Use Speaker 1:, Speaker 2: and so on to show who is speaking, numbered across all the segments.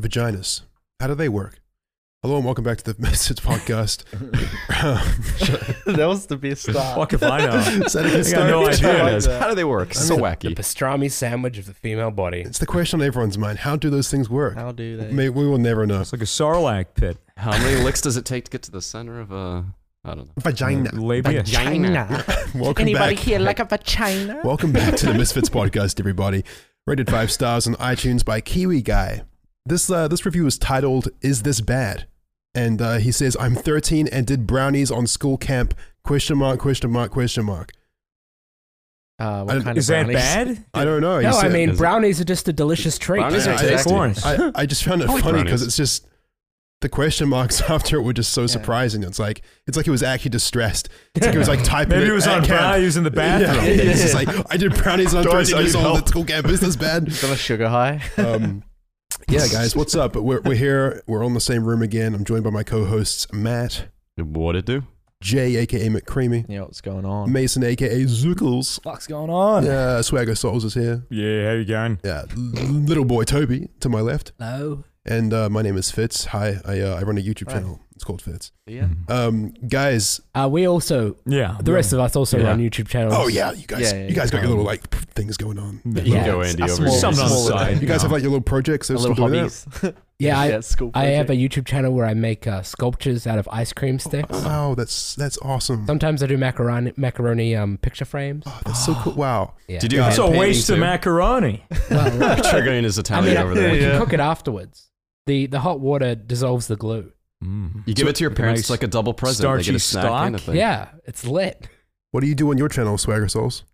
Speaker 1: vaginas. How do they work? Hello and welcome back to the Message Podcast. Um,
Speaker 2: that was the best start.
Speaker 3: Fuck if I know.
Speaker 1: Is that a good
Speaker 3: I got no
Speaker 1: start?
Speaker 3: idea.
Speaker 2: like that.
Speaker 4: How do they work? So
Speaker 5: The
Speaker 4: wacky.
Speaker 5: pastrami sandwich of the female body.
Speaker 1: It's the question on everyone's mind. How do those things work?
Speaker 2: How do they?
Speaker 1: May, we will never know.
Speaker 3: It's like a sarlacc pit.
Speaker 4: How many licks does it take to get to the center of a? I don't know.
Speaker 1: Vagina.
Speaker 3: Labia.
Speaker 1: Um, Welcome back.
Speaker 5: here like a vagina?
Speaker 1: Welcome back to the Misfits Podcast, everybody. Rated five stars on iTunes by Kiwi Guy. This uh, this review is titled "Is This Bad?" and uh, he says, "I'm 13 and did brownies on school camp." Question mark? Question mark? Question mark?
Speaker 5: Uh,
Speaker 1: I-
Speaker 5: what kind
Speaker 3: Is
Speaker 5: of
Speaker 3: that
Speaker 5: brownies?
Speaker 3: bad?
Speaker 1: I don't know. He
Speaker 5: No, I
Speaker 1: said-
Speaker 4: Is
Speaker 5: mean
Speaker 4: it-
Speaker 5: brownies are just a delicious treat.
Speaker 4: Brownies
Speaker 1: Yeah,
Speaker 4: are
Speaker 1: I-
Speaker 4: tasty.
Speaker 3: Orange.
Speaker 1: I, I just found it
Speaker 4: I like
Speaker 1: funny because
Speaker 4: brownies.
Speaker 1: it's just the question marks after it were just so surprising. It's like it's like he was actually distressed. It's like he was like typing.
Speaker 3: Maybe it was
Speaker 1: at
Speaker 3: on
Speaker 1: camp.
Speaker 3: values in the bathroom.
Speaker 1: Yeah, it's just like I did brownies on
Speaker 4: Dorothy,
Speaker 1: Thursday. I
Speaker 4: need
Speaker 1: saw
Speaker 4: help.
Speaker 1: the school camp. Is this bad?
Speaker 2: Got a sugar high.
Speaker 1: Um, yeah, guys, what's up? We're we're here. We're all in the same room again. I'm joined by my co-hosts Matt
Speaker 4: What it do?
Speaker 1: Jay, aka McCreamy,
Speaker 2: Yeah, what's going on?
Speaker 1: Mason, aka Zuckles.
Speaker 3: Fuck's going on? Yeah.
Speaker 1: Yeah, Swagger Souls is here.
Speaker 3: how you going?
Speaker 1: Yeah, l- little boy Toby to my left,
Speaker 5: No.
Speaker 1: and uh, my name is Fitz. Hi, I uh, I run a YouTube
Speaker 2: Hi.
Speaker 1: channel. It's called Fitz.
Speaker 2: Yeah.
Speaker 1: Um, guys.
Speaker 5: Uh, we also,
Speaker 3: Mm. Yeah.
Speaker 5: the rest of us also
Speaker 4: Yeah.
Speaker 5: run YouTube channels.
Speaker 1: Oh yeah, you guys.
Speaker 2: Yeah, yeah,
Speaker 1: you guys got your
Speaker 3: um,
Speaker 1: little like things going on.
Speaker 3: Yeah.
Speaker 5: Yeah.
Speaker 4: Go
Speaker 5: it's
Speaker 4: Andy
Speaker 2: a
Speaker 4: over
Speaker 2: small-
Speaker 4: here.
Speaker 3: Something on the
Speaker 2: Smaller
Speaker 3: side.
Speaker 1: You guys have like your little projects. They're
Speaker 2: A
Speaker 1: still
Speaker 2: little
Speaker 1: doing
Speaker 2: hobbies.
Speaker 5: Yeah, I-
Speaker 2: school
Speaker 5: I have a
Speaker 2: project.
Speaker 5: YouTube channel where I make uh, sculptures out of ice cream
Speaker 1: that.
Speaker 5: sticks.
Speaker 1: Wow, that's that's awesome.
Speaker 5: Sometimes I do macaroni macaroni um, picture frames.
Speaker 1: Oh, that's so cool. Wow.
Speaker 5: Yeah.
Speaker 4: Did you do
Speaker 1: Yeah.
Speaker 3: That's a
Speaker 4: hand
Speaker 3: waste of
Speaker 4: painting
Speaker 3: macaroni.
Speaker 5: Well,
Speaker 4: too? Triggering is
Speaker 5: I
Speaker 4: Italian
Speaker 5: mean, I,
Speaker 4: over
Speaker 5: we
Speaker 4: there.
Speaker 2: Yeah.
Speaker 5: can cook it afterwards. The the hot water dissolves the glue.
Speaker 4: You give it to your
Speaker 3: Nice
Speaker 4: parents it's like a double present. they
Speaker 3: starchy
Speaker 4: get a snack and a
Speaker 3: stock.
Speaker 4: thing.
Speaker 5: Yeah, it's lit.
Speaker 1: What do you do on your channel, Swagger Souls?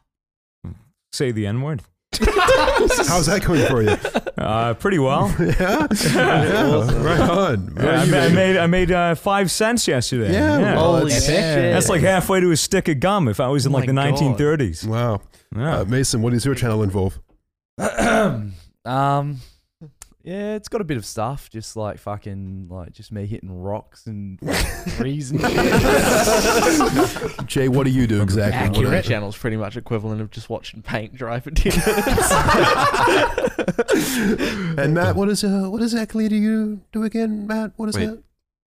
Speaker 3: Say the N word.
Speaker 1: How's that going for you?
Speaker 3: Uh, pretty well.
Speaker 1: yeah. yeah. Right on.
Speaker 3: Yeah, I,
Speaker 1: Right
Speaker 3: ma- I
Speaker 1: on.
Speaker 3: made I made uh, five cents yesterday.
Speaker 1: Yeah, well,
Speaker 2: Holy
Speaker 1: that's-
Speaker 2: shit.
Speaker 3: That's like halfway to a stick of gum. If I was in
Speaker 2: Oh
Speaker 3: like the
Speaker 2: my God.
Speaker 3: 1930s.
Speaker 1: Wow.
Speaker 3: Yeah.
Speaker 1: Uh, Mason, what does your channel involve?
Speaker 2: um, yeah, it's got a bit of stuff, just like fucking, like just me hitting rocks and trees and shit.
Speaker 1: Jay, what do you do exactly? What-
Speaker 2: Well, my
Speaker 5: Accurate.
Speaker 2: channel's pretty much equivalent of just watching paint dry for ten minutes.
Speaker 1: and Matt, what is uh, what exactly do you do again, Matt? What is
Speaker 4: Wait.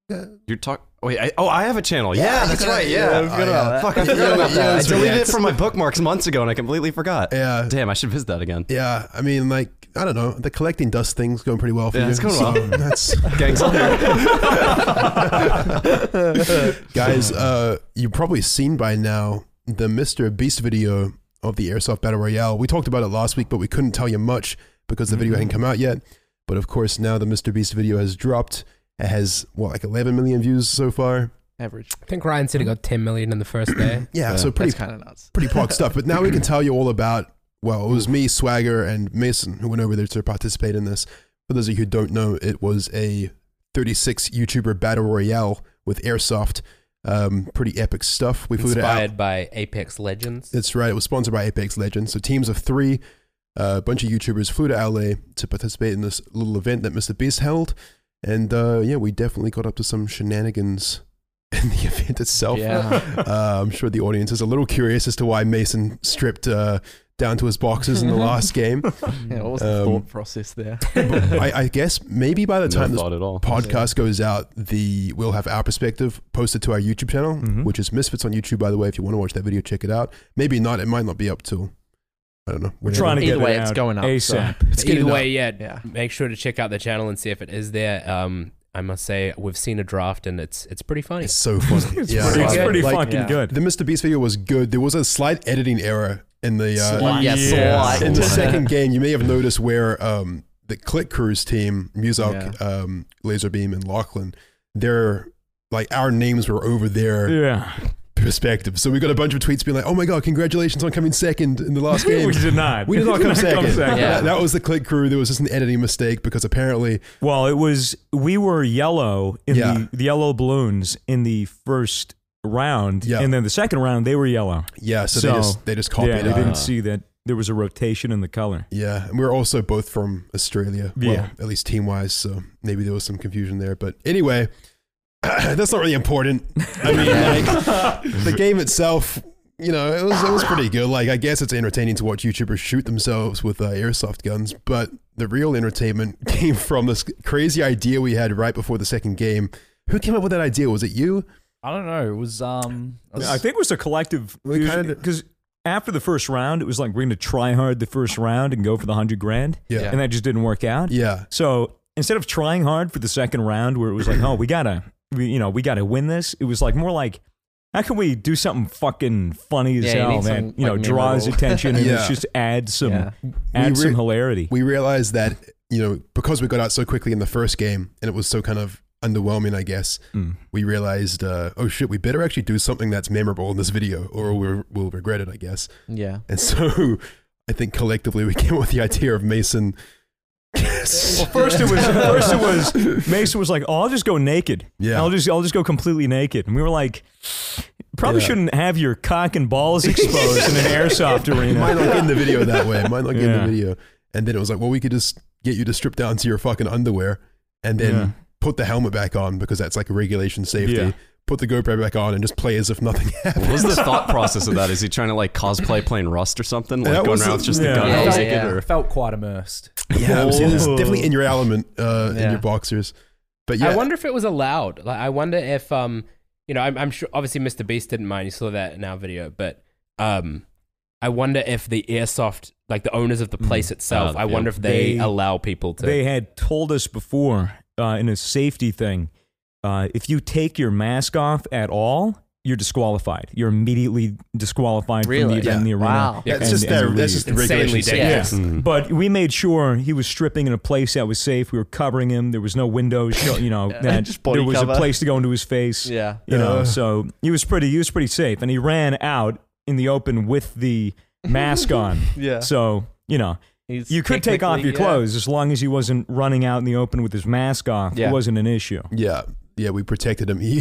Speaker 1: that? Uh,
Speaker 4: You're talking. Wait. I, oh, I have a channel. Yeah,
Speaker 1: Yeah, you
Speaker 4: that's
Speaker 1: got-
Speaker 4: right.
Speaker 1: yeah,
Speaker 4: Yeah.
Speaker 1: I forgot about that.
Speaker 4: Fuck, I forgot about
Speaker 1: Yeah,
Speaker 4: that. I
Speaker 1: it's
Speaker 4: deleted it
Speaker 1: reacts.
Speaker 4: from my bookmarks months ago, and I completely forgot.
Speaker 1: yeah,
Speaker 4: Damn, I should visit that again.
Speaker 1: yeah. I mean, like, I don't know. The collecting dust thing's going pretty well for
Speaker 4: Yeah,
Speaker 1: you.
Speaker 4: it's going
Speaker 1: so
Speaker 4: well.
Speaker 1: That's
Speaker 4: Gangs on
Speaker 1: Guys, uh, you've probably seen by now the Mr. Beast video of the Airsoft Battle Royale. We talked about it last week, but we couldn't tell you much because the video hadn't come out yet. But of course, now the Mr. Beast video has dropped. It has, what, like 11 million views so far?
Speaker 2: Average.
Speaker 5: I think Ryan said he got 10 million in the first day.
Speaker 1: Yeah, so
Speaker 2: That's
Speaker 1: pretty,
Speaker 2: kind of nuts.
Speaker 1: pretty pog stuff. But now we can tell you all about, well, it was me, Swagger, and Mason who went over there to participate in this. For those of you who don't know, it was a 36 YouTuber Battle Royale with Airsoft. Um, pretty epic stuff. We flew to out.
Speaker 5: Inspired by Apex Legends.
Speaker 1: That's right. It was sponsored by Apex Legends. So teams of three, a bunch of YouTubers flew to LA to participate in this little event that Mr. Beast held. And uh, yeah, we definitely got up to some shenanigans in the event itself.
Speaker 2: Yeah.
Speaker 1: Uh, I'm sure the audience is a little curious as to why Mason stripped uh, down to his boxes in the last game.
Speaker 2: yeah, what was the
Speaker 1: Um,
Speaker 2: thought process there?
Speaker 1: I, I guess maybe by the
Speaker 4: No
Speaker 1: time this
Speaker 4: thought at all.
Speaker 1: podcast goes out, the we'll have our perspective posted to our YouTube channel,
Speaker 3: Mhm.
Speaker 1: which is Misfits on YouTube. By the way, if you want to watch that video, check it out. Maybe not; it might not be up till I don't know.
Speaker 3: We're trying to
Speaker 2: Either
Speaker 3: get
Speaker 2: way,
Speaker 3: it
Speaker 2: it's
Speaker 3: out
Speaker 2: going up, so-
Speaker 3: ASAP.
Speaker 1: It's
Speaker 5: Either
Speaker 1: getting
Speaker 5: way, yeah,
Speaker 2: Yeah.
Speaker 5: make sure to check out the channel and see if it is there. Um, I must say, we've seen a draft and it's it's pretty funny.
Speaker 1: It's so funny.
Speaker 3: It's
Speaker 1: yeah,
Speaker 3: pretty, it's
Speaker 5: Like-
Speaker 3: pretty
Speaker 1: like-
Speaker 3: fucking
Speaker 2: Yeah.
Speaker 3: good.
Speaker 1: the Mr. Beast video was good. There was a slight editing error in the uh,
Speaker 2: Slight. Yeah, slight.
Speaker 1: in the
Speaker 2: Slight.
Speaker 1: second game. You may have noticed where um, the Click Crews team, Muzak,
Speaker 2: Yeah.
Speaker 1: um, Laserbeam, and Lachlan, their like our names were over their
Speaker 3: Yeah.
Speaker 1: perspective. So we got a bunch of tweets being like, "Oh my god, congratulations on coming second in the last game."
Speaker 3: We did not.
Speaker 1: We did not come second.
Speaker 5: Yeah.
Speaker 1: That, that was the click crew. There was just an editing mistake because apparently,
Speaker 3: Well, it was we were yellow in
Speaker 1: Yeah.
Speaker 3: the, the yellow balloons in the first round,
Speaker 1: Yeah.
Speaker 3: and then the second round they were yellow.
Speaker 1: yeah. So,
Speaker 3: So,
Speaker 1: they just they just copied
Speaker 3: yeah,
Speaker 1: it.
Speaker 3: they
Speaker 1: Uh,
Speaker 3: didn't see that there was a rotation in the color.
Speaker 1: yeah, and we were also both from Australia. Well,
Speaker 3: Yeah.
Speaker 1: at least team wise. So maybe there was some confusion there. But anyway, that's not really important. I mean, like the game itself. You know, it was it was pretty good. Like I guess it's entertaining to watch YouTubers shoot themselves with uh, airsoft guns, but the real entertainment came from this crazy idea we had right before the second game. Who came up with that idea? Was it you?
Speaker 2: I don't know. It was um. I was-
Speaker 3: I think it was a collective
Speaker 1: We kinda-
Speaker 3: because after the first round, it was like we're going to try hard the first round and go for the hundred grand,
Speaker 1: Yeah.
Speaker 3: and that just didn't work out.
Speaker 1: Yeah.
Speaker 3: So instead of trying hard for the second round, where it was like, oh, we gotta, we, you know, we gotta win this, it was like more like, how can we do something fucking funny as
Speaker 5: Yeah, you
Speaker 3: hell,
Speaker 5: need
Speaker 3: man?
Speaker 5: something,
Speaker 3: you know,
Speaker 5: like,
Speaker 3: draws
Speaker 5: memorable.
Speaker 3: attention and
Speaker 1: Yeah.
Speaker 3: it's just add some,
Speaker 2: Yeah.
Speaker 3: add
Speaker 1: We re-
Speaker 3: some hilarity.
Speaker 1: we realized that you know because we got out so quickly in the first game and it was so kind of underwhelming i guess
Speaker 3: Mm.
Speaker 1: we realized uh, oh shit we better actually do something that's memorable in this video or we're, we'll regret it i guess
Speaker 6: Yeah.
Speaker 1: and so i think collectively we came up with the idea of mason
Speaker 3: Well, first it was first it was Mason was like, "Oh, I'll just go naked.
Speaker 1: Yeah.
Speaker 3: I'll just I'll just go completely naked." And we were like, "Probably
Speaker 1: Yeah.
Speaker 3: shouldn't have your cock and balls exposed in an airsoft
Speaker 1: it
Speaker 3: arena."
Speaker 1: might not get in the video that way it might not get in
Speaker 3: Yeah.
Speaker 1: the video and then it was like well we could just get you to strip down to your fucking underwear and then
Speaker 3: Yeah.
Speaker 1: put the helmet back on because that's like a regulation safety
Speaker 3: Yeah.
Speaker 1: put the gopro back on and just play as if nothing happened
Speaker 4: What was the thought process of that? Is he trying to like cosplay playing Rust or something? Like
Speaker 1: That
Speaker 4: going
Speaker 1: was-
Speaker 4: around with just
Speaker 3: yeah.
Speaker 4: the gun
Speaker 2: I
Speaker 6: Yeah,
Speaker 4: hose
Speaker 2: felt,
Speaker 6: yeah,
Speaker 4: again,
Speaker 6: yeah.
Speaker 4: or-
Speaker 2: felt quite immersed.
Speaker 1: Yeah, I'm saying it's
Speaker 3: Oh.
Speaker 1: definitely in your element uh, in
Speaker 6: Yeah.
Speaker 1: your boxers. But yeah,
Speaker 5: I wonder if it was allowed. Like, I wonder if, um, you know, I'm, I'm sure obviously Mr. Beast didn't mind. You saw that in our video, but um, I wonder if the airsoft, like the owners of the place itself,
Speaker 4: Uh,
Speaker 5: I wonder
Speaker 4: yeah.
Speaker 5: if they,
Speaker 3: They-
Speaker 5: allow people to.
Speaker 3: They had told us before uh, in a safety thing, uh, if you take your mask off at all, you're disqualified. You're immediately disqualified from
Speaker 6: Really?
Speaker 3: the event in the arena.
Speaker 6: Wow.
Speaker 1: that's
Speaker 3: And-
Speaker 1: just
Speaker 3: and
Speaker 1: their,
Speaker 3: you
Speaker 1: that's
Speaker 3: leave.
Speaker 1: just the
Speaker 5: Insanely
Speaker 1: regulation.
Speaker 5: dangerous.
Speaker 6: Yeah.
Speaker 4: Mhm.
Speaker 3: But we made sure he was stripping in a place that was safe. We were covering him. There was no windows. Show, you know, that
Speaker 6: Just body
Speaker 3: there was
Speaker 6: cover.
Speaker 3: a place to go into his face.
Speaker 6: Yeah.
Speaker 3: You know,
Speaker 1: Yeah.
Speaker 3: so he was pretty. He was pretty safe, and he ran out in the open with the mask on.
Speaker 6: Yeah.
Speaker 3: So you know,
Speaker 6: He's
Speaker 3: you could take off your
Speaker 6: technically- yeah.
Speaker 3: clothes as long as he wasn't running out in the open with his mask off.
Speaker 6: Yeah.
Speaker 3: It wasn't an issue.
Speaker 1: Yeah, yeah, we protected him. He,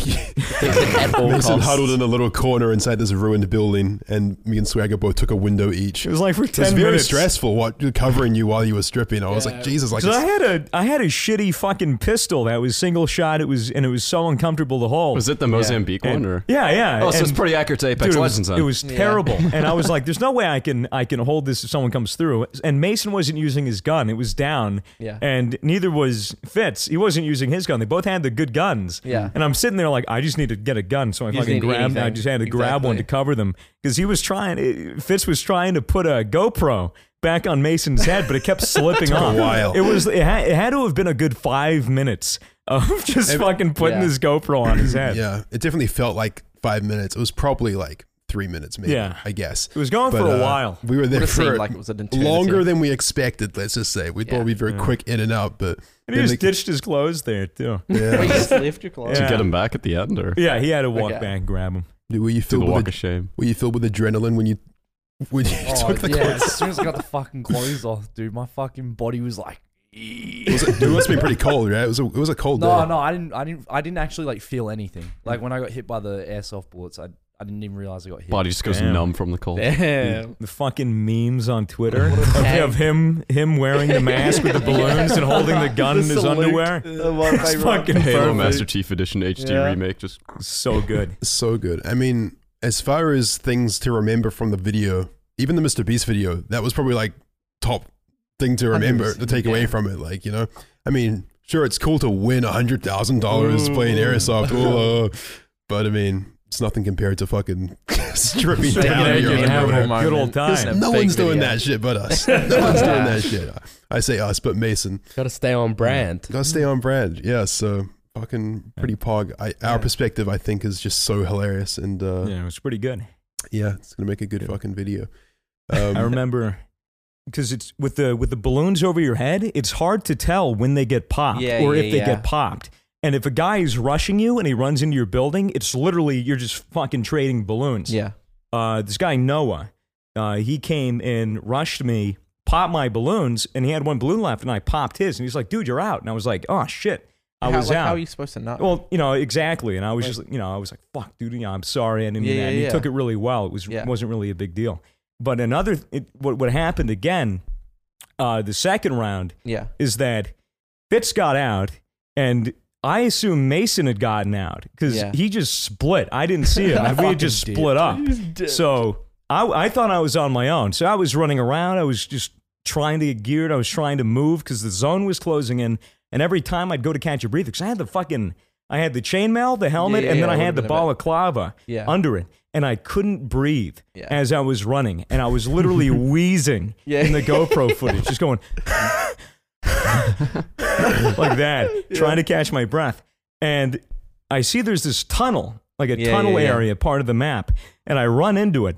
Speaker 6: At all
Speaker 1: Mason
Speaker 6: costs.
Speaker 1: huddled in a little corner inside this ruined building, and me and Swagger both took a window each.
Speaker 3: It
Speaker 1: It
Speaker 3: was like for ten
Speaker 1: was very
Speaker 3: minutes.
Speaker 1: stressful what, covering you while you were stripping. I was
Speaker 5: Yeah.
Speaker 1: like, Jesus, like
Speaker 3: Because I
Speaker 1: it's-
Speaker 3: had a I had a shitty fucking pistol that was single shot. It was and it was so uncomfortable to hold.
Speaker 4: Was it the Mozambique
Speaker 3: And-
Speaker 4: one or?
Speaker 3: Yeah, yeah.
Speaker 4: Oh, so it's
Speaker 3: and-
Speaker 4: pretty accurate to Apex
Speaker 3: Dude, it was-
Speaker 4: Legends. then.
Speaker 3: It was
Speaker 6: Yeah.
Speaker 3: terrible, and I was like, "There's no way I can I can hold this if someone comes through." And Mason wasn't using his gun; it was down.
Speaker 6: Yeah.
Speaker 3: And neither was Fitz. He wasn't using his gun. They both had the good guns.
Speaker 1: Hmm.
Speaker 6: Yeah.
Speaker 3: And I'm sitting there like, I just need to get a gun, so I
Speaker 6: You just
Speaker 3: fucking
Speaker 6: need
Speaker 3: grabbed. I
Speaker 6: anything.
Speaker 3: just had to grab one to
Speaker 6: Exactly.
Speaker 3: cover them because he was trying. It, Fitz was trying to put a GoPro back on Mason's head, but it kept slipping off.
Speaker 1: while.
Speaker 3: It was. It had, it had to have been a good five minutes of just fucking putting
Speaker 6: Yeah.
Speaker 3: his GoPro on his head.
Speaker 1: yeah, it definitely felt like five minutes. It was probably like three minutes, maybe.
Speaker 3: Yeah.
Speaker 1: I guess.
Speaker 3: It was going
Speaker 1: But,
Speaker 3: for a
Speaker 1: uh,
Speaker 3: while.
Speaker 1: We were there
Speaker 6: Would've
Speaker 1: for
Speaker 6: seemed like it was an eternity.
Speaker 1: longer than we expected. Let's just say we thought
Speaker 6: Yeah.
Speaker 1: we'd be very quick in and out, but
Speaker 3: And he
Speaker 1: then
Speaker 3: just
Speaker 1: they-
Speaker 3: ditched his clothes there too.
Speaker 6: Wait,
Speaker 1: Yeah.
Speaker 6: you just left your clothes.
Speaker 4: Did you
Speaker 3: Yeah.
Speaker 4: get him back at the end or?
Speaker 3: Yeah, he had to walk
Speaker 6: Okay.
Speaker 3: back and grab him.
Speaker 1: Dude, were you
Speaker 4: Do the
Speaker 1: filled with
Speaker 4: walk of shame.
Speaker 1: were you filled with adrenaline when you when you
Speaker 2: Oh,
Speaker 1: took the
Speaker 2: yeah,
Speaker 1: clothes?
Speaker 2: as soon as I got the fucking clothes off, dude, my fucking body was like.
Speaker 1: Was it, dude, it must have been pretty cold, right? It was a, it was a cold
Speaker 2: No,
Speaker 1: day.
Speaker 2: no, I didn't, I didn't, I didn't actually like feel anything. Like when I got hit by the airsoft bullets, I, I didn't even realize I got hit.
Speaker 4: Body just goes
Speaker 3: Damn.
Speaker 4: numb from the cold.
Speaker 6: Damn.
Speaker 3: The fucking memes on Twitter of, of him him wearing the mask with the balloons and holding the gun in his
Speaker 6: salute.
Speaker 3: underwear.
Speaker 6: The one
Speaker 3: It's
Speaker 6: favorite.
Speaker 3: fucking
Speaker 4: Halo
Speaker 3: perfect.
Speaker 4: Master Chief Edition HD
Speaker 6: Yeah.
Speaker 4: remake. Just
Speaker 3: So good.
Speaker 1: So good. I mean, as far as things to remember from the video, even the Mr. Beast video, that was probably like top thing to remember to take away from it. Like you know, I mean, sure, it's cool to win hundred thousand dollars playing airsoft, ooh, uh, but I mean, it's nothing compared to fucking stripping
Speaker 6: Stripping
Speaker 1: down.
Speaker 6: naked
Speaker 1: your
Speaker 6: and having
Speaker 1: underwear.
Speaker 6: a
Speaker 3: good
Speaker 6: moment.
Speaker 3: old time.
Speaker 6: Listen,
Speaker 1: No
Speaker 6: fake
Speaker 1: one's doing
Speaker 6: video.
Speaker 1: that shit but us. No one's doing that shit. I say us, but Mason.
Speaker 5: Got to stay on brand.
Speaker 1: Gotta stay on brand. Yeah, so fucking pretty pog. I, our perspective, I think, is just so hilarious. And uh, yeah.
Speaker 3: Yeah, it was pretty good.
Speaker 1: it's gonna make a good
Speaker 3: Yeah.
Speaker 1: fucking video.
Speaker 3: I
Speaker 1: Um,
Speaker 3: remember because it's with the with the balloons over your head, it's hard to tell when they get popped
Speaker 6: Yeah,
Speaker 3: or
Speaker 6: yeah,
Speaker 3: if they
Speaker 6: yeah.
Speaker 3: get popped. And if a guy is rushing you and he runs into your building, it's literally you're just fucking trading balloons.
Speaker 6: Yeah.
Speaker 3: uh, this guy Noah, uh, he came and rushed me, popped my balloons, and he had one balloon left, and I popped his, and he's like, "Dude, you're out," and I was like, "Oh shit, I
Speaker 6: how,
Speaker 3: was
Speaker 6: like,
Speaker 3: out."
Speaker 6: How are you supposed to know?
Speaker 3: well, you know exactly, and I was just, you know, I was like, "Fuck, dude, you know, I'm sorry," I didn't mean
Speaker 6: Yeah,
Speaker 3: that.
Speaker 6: yeah,
Speaker 3: and he
Speaker 6: yeah.
Speaker 3: took it really well. It was
Speaker 6: Yeah.
Speaker 3: wasn't really a big deal. But another, it, what what happened again, uh, the second round
Speaker 6: yeah.
Speaker 3: is that Fitz got out, and I assume Mason had gotten out because
Speaker 6: Yeah.
Speaker 3: he just split. I didn't see him. we had just
Speaker 2: Fucking
Speaker 3: split up. So I, I thought I was on my own. So I was running around. I was just trying to get geared. I was trying to move because the zone was closing in. And every time I'd go to catch a breather, because I had the fucking, I had the chainmail, the helmet,
Speaker 6: yeah,
Speaker 3: and then
Speaker 6: yeah,
Speaker 3: I
Speaker 6: would've
Speaker 3: had the
Speaker 6: been a bit-
Speaker 3: balaclava
Speaker 6: Yeah.
Speaker 3: under it. And I couldn't breathe
Speaker 6: Yeah.
Speaker 3: as I was running. And I was literally wheezing
Speaker 6: Yeah.
Speaker 3: in the GoPro footage, just going like that, trying to catch my breath. And I see there's this tunnel, like a
Speaker 6: Yeah,
Speaker 3: tunnel
Speaker 6: yeah, yeah.
Speaker 3: area, part of the map, and I run into it.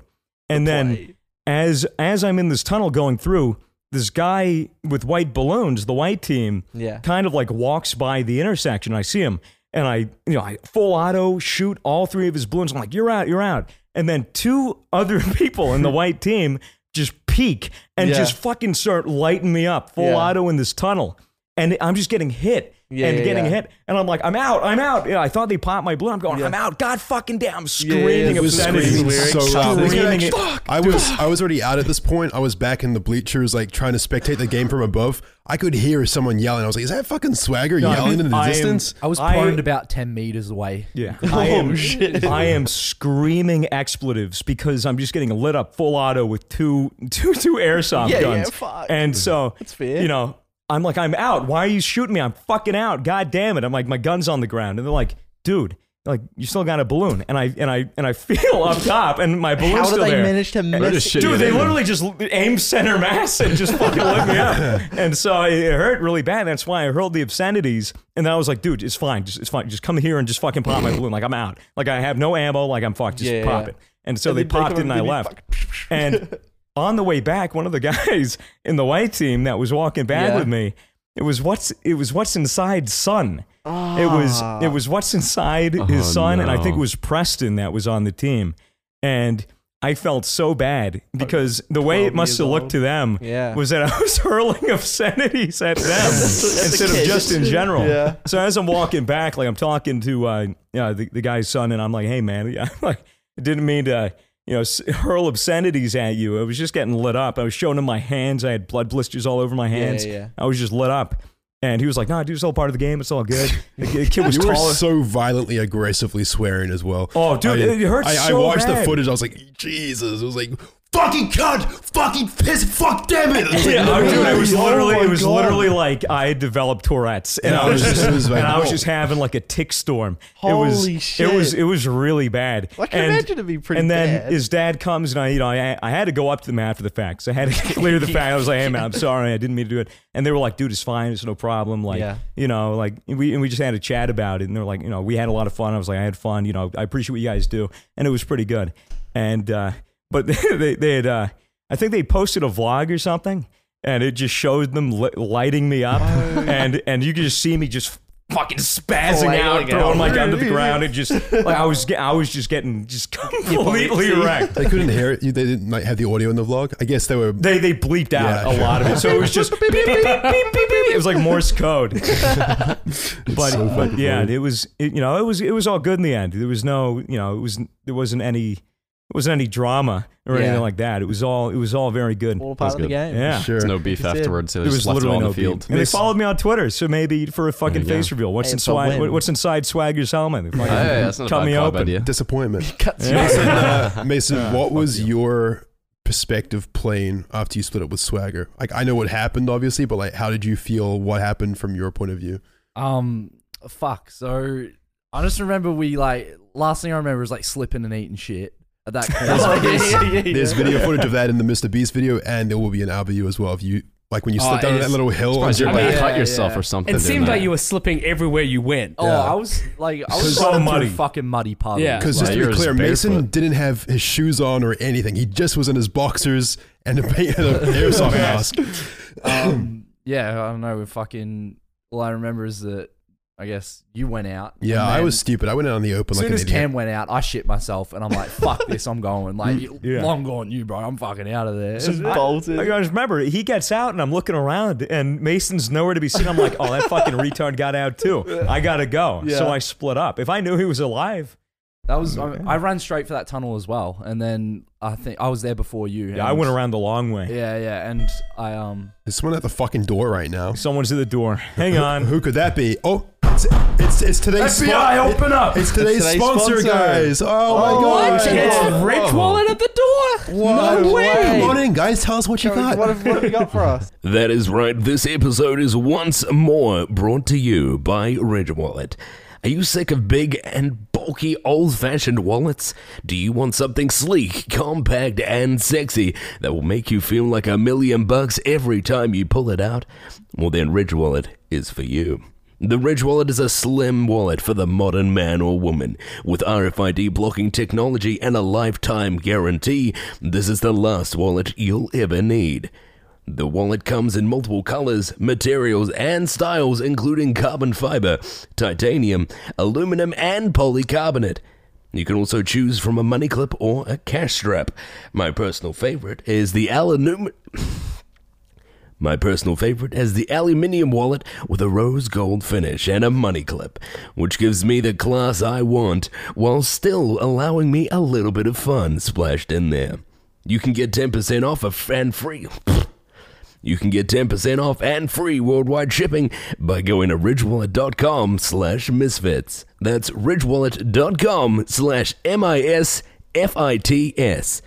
Speaker 3: And then as as I'm in this tunnel going through, this guy with white balloons, the white team,
Speaker 6: Yeah.
Speaker 3: kind of like walks by the intersection. I see him, and I you know I full auto shoot all three of his balloons. I'm like, you're out, you're out. And then two other people in the white team just peek and
Speaker 6: Yeah.
Speaker 3: just fucking start lighting me up full
Speaker 6: Yeah.
Speaker 3: auto in this tunnel, and I'm just getting hit.
Speaker 6: Yeah,
Speaker 3: and
Speaker 6: yeah,
Speaker 3: getting
Speaker 6: yeah.
Speaker 3: hit, and I'm like, I'm out, I'm out. You know, I thought they popped my balloon. I'm going, I'm out. God fucking damn! I'm
Speaker 6: yeah, yeah,
Speaker 3: screaming
Speaker 6: it was
Speaker 3: obscenities.
Speaker 6: screaming lyrics.
Speaker 1: so loud.
Speaker 3: Screaming it.
Speaker 1: I was I was already out at this point. I was back in the bleachers, like trying to spectate the game from above. I could hear someone yelling. I was like, "Is that fucking Swagger
Speaker 3: No, I
Speaker 1: yelling in the
Speaker 3: am-
Speaker 1: distance?"
Speaker 2: I was
Speaker 3: I-
Speaker 2: prone about 10 meters away.
Speaker 3: Yeah. I am,
Speaker 6: Oh,
Speaker 3: I am screaming expletives because I'm just getting lit up full auto with two two two airsoft
Speaker 6: Yeah, yeah,
Speaker 3: guns.
Speaker 6: fuck.
Speaker 3: And so
Speaker 6: That's fair.
Speaker 3: You know, I'm like, I'm out. Why are you shooting me? I'm fucking out. God damn it. I'm like, my gun's on the ground. And they're like, dude, like you still got a balloon. And I and I and I feel up top and my balloon's
Speaker 6: How did
Speaker 3: still
Speaker 6: they
Speaker 3: there.
Speaker 6: manage to miss?
Speaker 4: just shit you
Speaker 3: Dude, they
Speaker 4: didn't.
Speaker 3: literally just aim center mass and just fucking lit me up. And so it hurt really bad. That's why I hurled the obscenities. And then I was like, dude, it's fine. Just, it's fine. Just come here and just fucking pop my balloon. Like, I'm out. Like, I have no ammo. Like, I'm fucked. Just
Speaker 6: Yeah, yeah,
Speaker 3: pop
Speaker 6: yeah.
Speaker 3: it. And so
Speaker 6: And
Speaker 3: they
Speaker 6: then they
Speaker 3: popped it
Speaker 6: come
Speaker 3: and I
Speaker 6: and give you
Speaker 3: left.
Speaker 6: fuck-
Speaker 3: And on the way back, one of the guys in the white team that was walking back
Speaker 6: Yeah.
Speaker 3: with me, it was what's it was what's inside son. It was
Speaker 6: Ah.
Speaker 3: it was what's inside
Speaker 4: Oh,
Speaker 3: his son, and I think it
Speaker 4: no.
Speaker 3: was Preston that was on the team. And I felt so bad because the way
Speaker 6: 12
Speaker 3: it must
Speaker 6: Oh, years
Speaker 3: have looked
Speaker 6: old.
Speaker 3: to them
Speaker 6: Yeah.
Speaker 3: was that I was hurling obscenities at them instead of just in general.
Speaker 6: Yeah.
Speaker 3: So as I'm walking back, like I'm talking to uh, you know, the, the guy's son, and I'm like, "Hey, man, yeah, I'm like, I didn't mean to, you know, s- hurl obscenities at you. I was just getting lit up. I was showing him my hands. I had blood blisters all over my hands.
Speaker 6: yeah.
Speaker 3: I was just lit up." And he was like, "Nah, dude, it's all part of the game. It's all good." The the kid was
Speaker 1: you were
Speaker 3: tall.
Speaker 1: so violently aggressively swearing as well.
Speaker 3: Oh, dude,
Speaker 1: I,
Speaker 3: it hurts
Speaker 1: I,
Speaker 3: so
Speaker 1: I watched
Speaker 3: bad.
Speaker 1: the footage. I was like, Jesus. It was like, fucking cunt, fucking piss, fuck, damn it. I was like,
Speaker 3: Yeah,
Speaker 1: no,
Speaker 3: oh,
Speaker 1: no,
Speaker 3: dude,
Speaker 1: no,
Speaker 3: it was
Speaker 1: no.
Speaker 3: literally, it was
Speaker 1: God.
Speaker 3: literally like I had developed Tourette's, and
Speaker 1: Yeah,
Speaker 3: I was
Speaker 1: it was-
Speaker 3: just,
Speaker 1: it was like,
Speaker 3: and I was
Speaker 1: oh.
Speaker 3: just having like a tick storm. it
Speaker 6: Holy
Speaker 3: was, It was,
Speaker 6: shit.
Speaker 3: it was really bad.
Speaker 6: I can
Speaker 3: and,
Speaker 6: imagine it'd be pretty
Speaker 3: And then
Speaker 6: bad.
Speaker 3: his dad comes, and I, you know, I, I had to go up to them after the fact. So I had to clear the fact. I was like, "Hey man, I'm sorry, I didn't mean to do it." And they were like, "Dude, it's fine, it's no problem." Like,
Speaker 6: Yeah.
Speaker 3: you know, like we and we just had a chat about it, and they were like, you know, we had a lot of fun. I was like, I had fun. You know, I appreciate what you guys do, and it was pretty good. And uh, but they they had, uh, I think they posted a vlog or something, and it just showed them li- lighting me up, and and you could just see me just fucking spazzing
Speaker 6: Flailing
Speaker 3: out,
Speaker 6: out.
Speaker 3: throwing my gun to the ground, and just like I was get, I was just getting just completely wrecked.
Speaker 1: They couldn't hear it. You- They didn't like, have the audio in the vlog. I guess they were.
Speaker 3: They they bleeped out
Speaker 1: Yeah,
Speaker 3: a
Speaker 1: sure.
Speaker 3: lot of it, so it was just beep, beep, beep, beep, beep, beep, beep. it was like Morse code. but,
Speaker 1: so
Speaker 3: but
Speaker 1: fucking
Speaker 3: yeah,
Speaker 1: funny.
Speaker 3: it was it, you know it was it was all good in the end. There was no you know it was there wasn't any it wasn't any drama or
Speaker 6: Yeah.
Speaker 3: anything like that. It was all it was all very good.
Speaker 6: All part
Speaker 4: That's
Speaker 6: of the
Speaker 4: good.
Speaker 6: game.
Speaker 3: Yeah.
Speaker 1: sure.
Speaker 4: There's no beef
Speaker 6: Like I said,
Speaker 4: afterwards, so they
Speaker 3: There
Speaker 4: just
Speaker 3: was
Speaker 4: left it
Speaker 3: literally
Speaker 4: on
Speaker 3: no
Speaker 4: the field.
Speaker 3: beef. And they
Speaker 1: Miss-
Speaker 3: followed me on Twitter, so maybe for a fucking
Speaker 4: There you go.
Speaker 3: face reveal. What's
Speaker 6: Hey, it's a
Speaker 3: inside?
Speaker 6: win.
Speaker 3: What's inside Swagger's helmet? They fucking
Speaker 4: Hey, that's not a
Speaker 3: cut
Speaker 4: bad
Speaker 3: me
Speaker 4: collab
Speaker 3: open.
Speaker 4: idea.
Speaker 1: Disappointment.
Speaker 6: Cuts you
Speaker 3: Yeah.
Speaker 6: off.
Speaker 1: Mason, uh, Mason
Speaker 3: Ah,
Speaker 1: what
Speaker 3: fuck
Speaker 1: was
Speaker 3: you.
Speaker 1: your perspective playing after you split up with Swagger? Like, I know what happened, obviously, but like, how did you feel? What happened from your point of view?
Speaker 2: Um, fuck. So I just remember we like last thing I remember was like slipping and eating shit at that.
Speaker 3: Oh,
Speaker 1: There's-
Speaker 2: corner.
Speaker 1: There's video footage of that in the Mr. Beast video, and there will be an our video as well. If you like, when you
Speaker 5: Oh,
Speaker 1: slip down
Speaker 5: it's-
Speaker 1: that little hill, and
Speaker 4: Surprised you
Speaker 1: you're
Speaker 4: like,
Speaker 5: I mean,
Speaker 1: like,
Speaker 5: yeah,
Speaker 4: cut yourself
Speaker 2: yeah.
Speaker 4: or something.
Speaker 5: It seemed
Speaker 4: didn't
Speaker 5: like
Speaker 4: I?
Speaker 5: you were slipping everywhere you went.
Speaker 2: oh,
Speaker 1: Yeah.
Speaker 2: I was like, I was
Speaker 1: So
Speaker 2: so muddy,
Speaker 3: muddy.
Speaker 2: fucking muddy puddle.
Speaker 5: Yeah.
Speaker 1: because just
Speaker 4: Like,
Speaker 1: to
Speaker 4: you're
Speaker 1: be
Speaker 4: just
Speaker 1: clear, Mason
Speaker 4: barefoot.
Speaker 1: didn't have his shoes on or anything. He just was in his boxers and a, and a airsoft mask.
Speaker 2: um, yeah, I don't know. We fucking. All I remember is that I guess you went out.
Speaker 1: Yeah,
Speaker 2: and
Speaker 1: I
Speaker 2: then
Speaker 1: was stupid. I went out in the open
Speaker 2: As
Speaker 1: like
Speaker 2: soon
Speaker 1: an
Speaker 2: as
Speaker 1: idiot.
Speaker 2: Cam went out, I shit myself, and I'm like, "Fuck this, I'm going." Like,
Speaker 3: Yeah.
Speaker 2: long gone, you bro. I'm fucking out of there.
Speaker 6: Just
Speaker 3: I-
Speaker 6: bolted.
Speaker 3: I just remember he gets out and I'm looking around and Mason's nowhere to be seen. I'm like, oh, that fucking retard got out too. I gotta go. So
Speaker 6: Yeah.
Speaker 3: I split up. If I knew he was alive,
Speaker 2: That was I, I ran straight for that tunnel as well, and then I think I was there before you.
Speaker 3: yeah, I
Speaker 2: and-
Speaker 3: went around the long way.
Speaker 2: Yeah, yeah, and I um
Speaker 1: There's someone at the fucking door right now.
Speaker 3: Someone's at the door. Hang on.
Speaker 1: Who could that be? Oh, it's, it's It's, it's today's spo-
Speaker 3: FBI, open up.
Speaker 1: It's today's,
Speaker 6: It's today's
Speaker 1: sponsor,
Speaker 6: sponsor.
Speaker 1: guys. Oh, my
Speaker 5: What?
Speaker 1: gosh.
Speaker 5: It's Rich Wallet at the door.
Speaker 1: What?
Speaker 5: No way.
Speaker 1: Come on in, guys. Tell us what you got.
Speaker 6: What have, what have you got for us?
Speaker 7: That is right. This episode is once more brought to you by Ridge Wallet. Are you sick of big and bulky old fashioned wallets? Do you want something sleek, compact, and sexy that will make you feel like a million bucks every time you pull it out? Well, then Ridge Wallet is for you. The Ridge Wallet is a slim wallet for the modern man or woman. With RFID blocking technology and a lifetime guarantee, this is the last wallet you'll ever need. The wallet comes in multiple colors, materials, and styles, including carbon fiber, titanium, aluminum, and polycarbonate. You can also choose from a money clip or a cash strap. My personal favorite is the aluminum. My personal favorite is the aluminium wallet with a rose gold finish and a money clip, which gives me the class I want while still allowing me a little bit of fun splashed in there. You can get 10% off of and free. You can get 10% off and free worldwide shipping by going to ridgewallet.com slash misfits. That's ridgewallet.com slash M-I-S-F-I-T-S.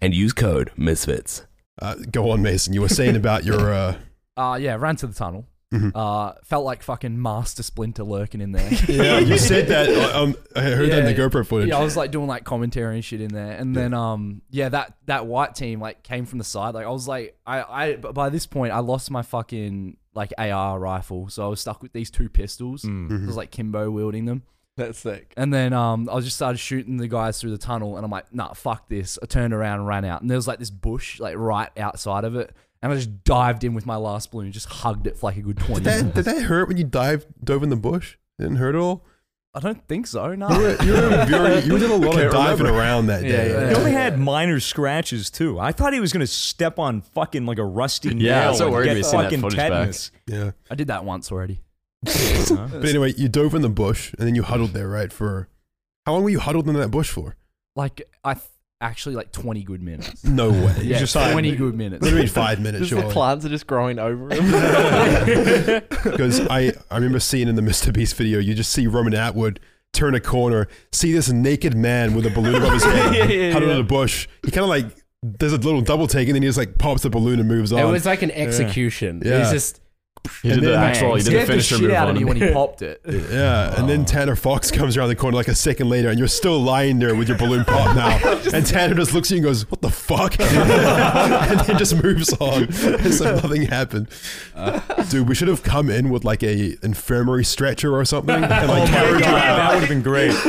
Speaker 7: And use code misfits.
Speaker 1: Uh, go on, Mason. You were saying about your. Uh,
Speaker 2: Uh, yeah, ran to the tunnel.
Speaker 1: Mm-hmm.
Speaker 2: Uh, felt like fucking Master Splinter lurking in there.
Speaker 1: yeah, you said that. uh, Um, I heard that in the
Speaker 2: Yeah.
Speaker 1: GoPro footage.
Speaker 2: Yeah, I was like doing like commentary and shit in there, and then um, yeah, that that white team like came from the side. Like I was like, I I but by this point I lost my fucking like AR rifle, so I was stuck with these two pistols.
Speaker 3: Hmm.
Speaker 2: I
Speaker 1: Mm-hmm. Mm.
Speaker 2: was like Kimbo wielding them,
Speaker 6: That's sick.
Speaker 2: and then um, I just started shooting the guys through the tunnel, and I'm like, nah, fuck this. I turned around and ran out, and there was like this bush like right outside of it, and I just dived in with my last balloon, just hugged it for like a good twenty.
Speaker 1: Did that, did that hurt when you dived dove in the bush? It didn't hurt at all.
Speaker 2: I don't think so. No.
Speaker 1: You were, you were very, you did a lot
Speaker 3: Can't
Speaker 1: of diving
Speaker 3: remember.
Speaker 1: around that
Speaker 2: Yeah,
Speaker 1: day.
Speaker 2: yeah,
Speaker 3: He
Speaker 2: yeah.
Speaker 3: only had minor scratches too. I thought he was gonna step on fucking like a rusty nail.
Speaker 4: Yeah, I was so
Speaker 3: and
Speaker 4: worried
Speaker 3: get
Speaker 4: we'd seen that
Speaker 3: fucking
Speaker 4: footage back.
Speaker 3: tetanus.
Speaker 1: yeah.
Speaker 2: I did that once already.
Speaker 1: But anyway, you dove in the bush and then you huddled there, right? For how long were you huddled in that bush for?
Speaker 2: Like I th- actually like twenty good minutes.
Speaker 1: No way.
Speaker 2: Yeah,
Speaker 3: just like-
Speaker 2: 20 good minutes.
Speaker 1: Literally five minutes,
Speaker 6: Just
Speaker 1: sure.
Speaker 6: the plants are just growing over him.
Speaker 1: Because I, I remember seeing in the Mr. Beast video, you just see Roman Atwood turn a corner, see this naked man with a balloon above his head,
Speaker 2: Yeah, yeah,
Speaker 1: huddled in
Speaker 2: yeah.
Speaker 1: a bush. He kind of like does a little double take and then he just like pops the balloon and moves on.
Speaker 5: It was like an execution. It
Speaker 1: Yeah.
Speaker 5: was just
Speaker 4: He
Speaker 1: And
Speaker 4: did the
Speaker 1: then-
Speaker 4: actual. He did the
Speaker 2: Scared the
Speaker 4: finisher
Speaker 2: shit
Speaker 4: move
Speaker 2: out of
Speaker 4: on
Speaker 2: me
Speaker 4: him.
Speaker 2: when he popped it.
Speaker 1: Yeah, and then Tanner Fox comes around the corner like a second later, and you're still lying there with your balloon pop now. and Tanner just looks at you and goes, "What the fuck?" and then just moves on as if nothing happened. Dude, we should have come in with like a infirmary stretcher or something, and like carried you
Speaker 3: Oh that
Speaker 1: out.
Speaker 3: would have been great.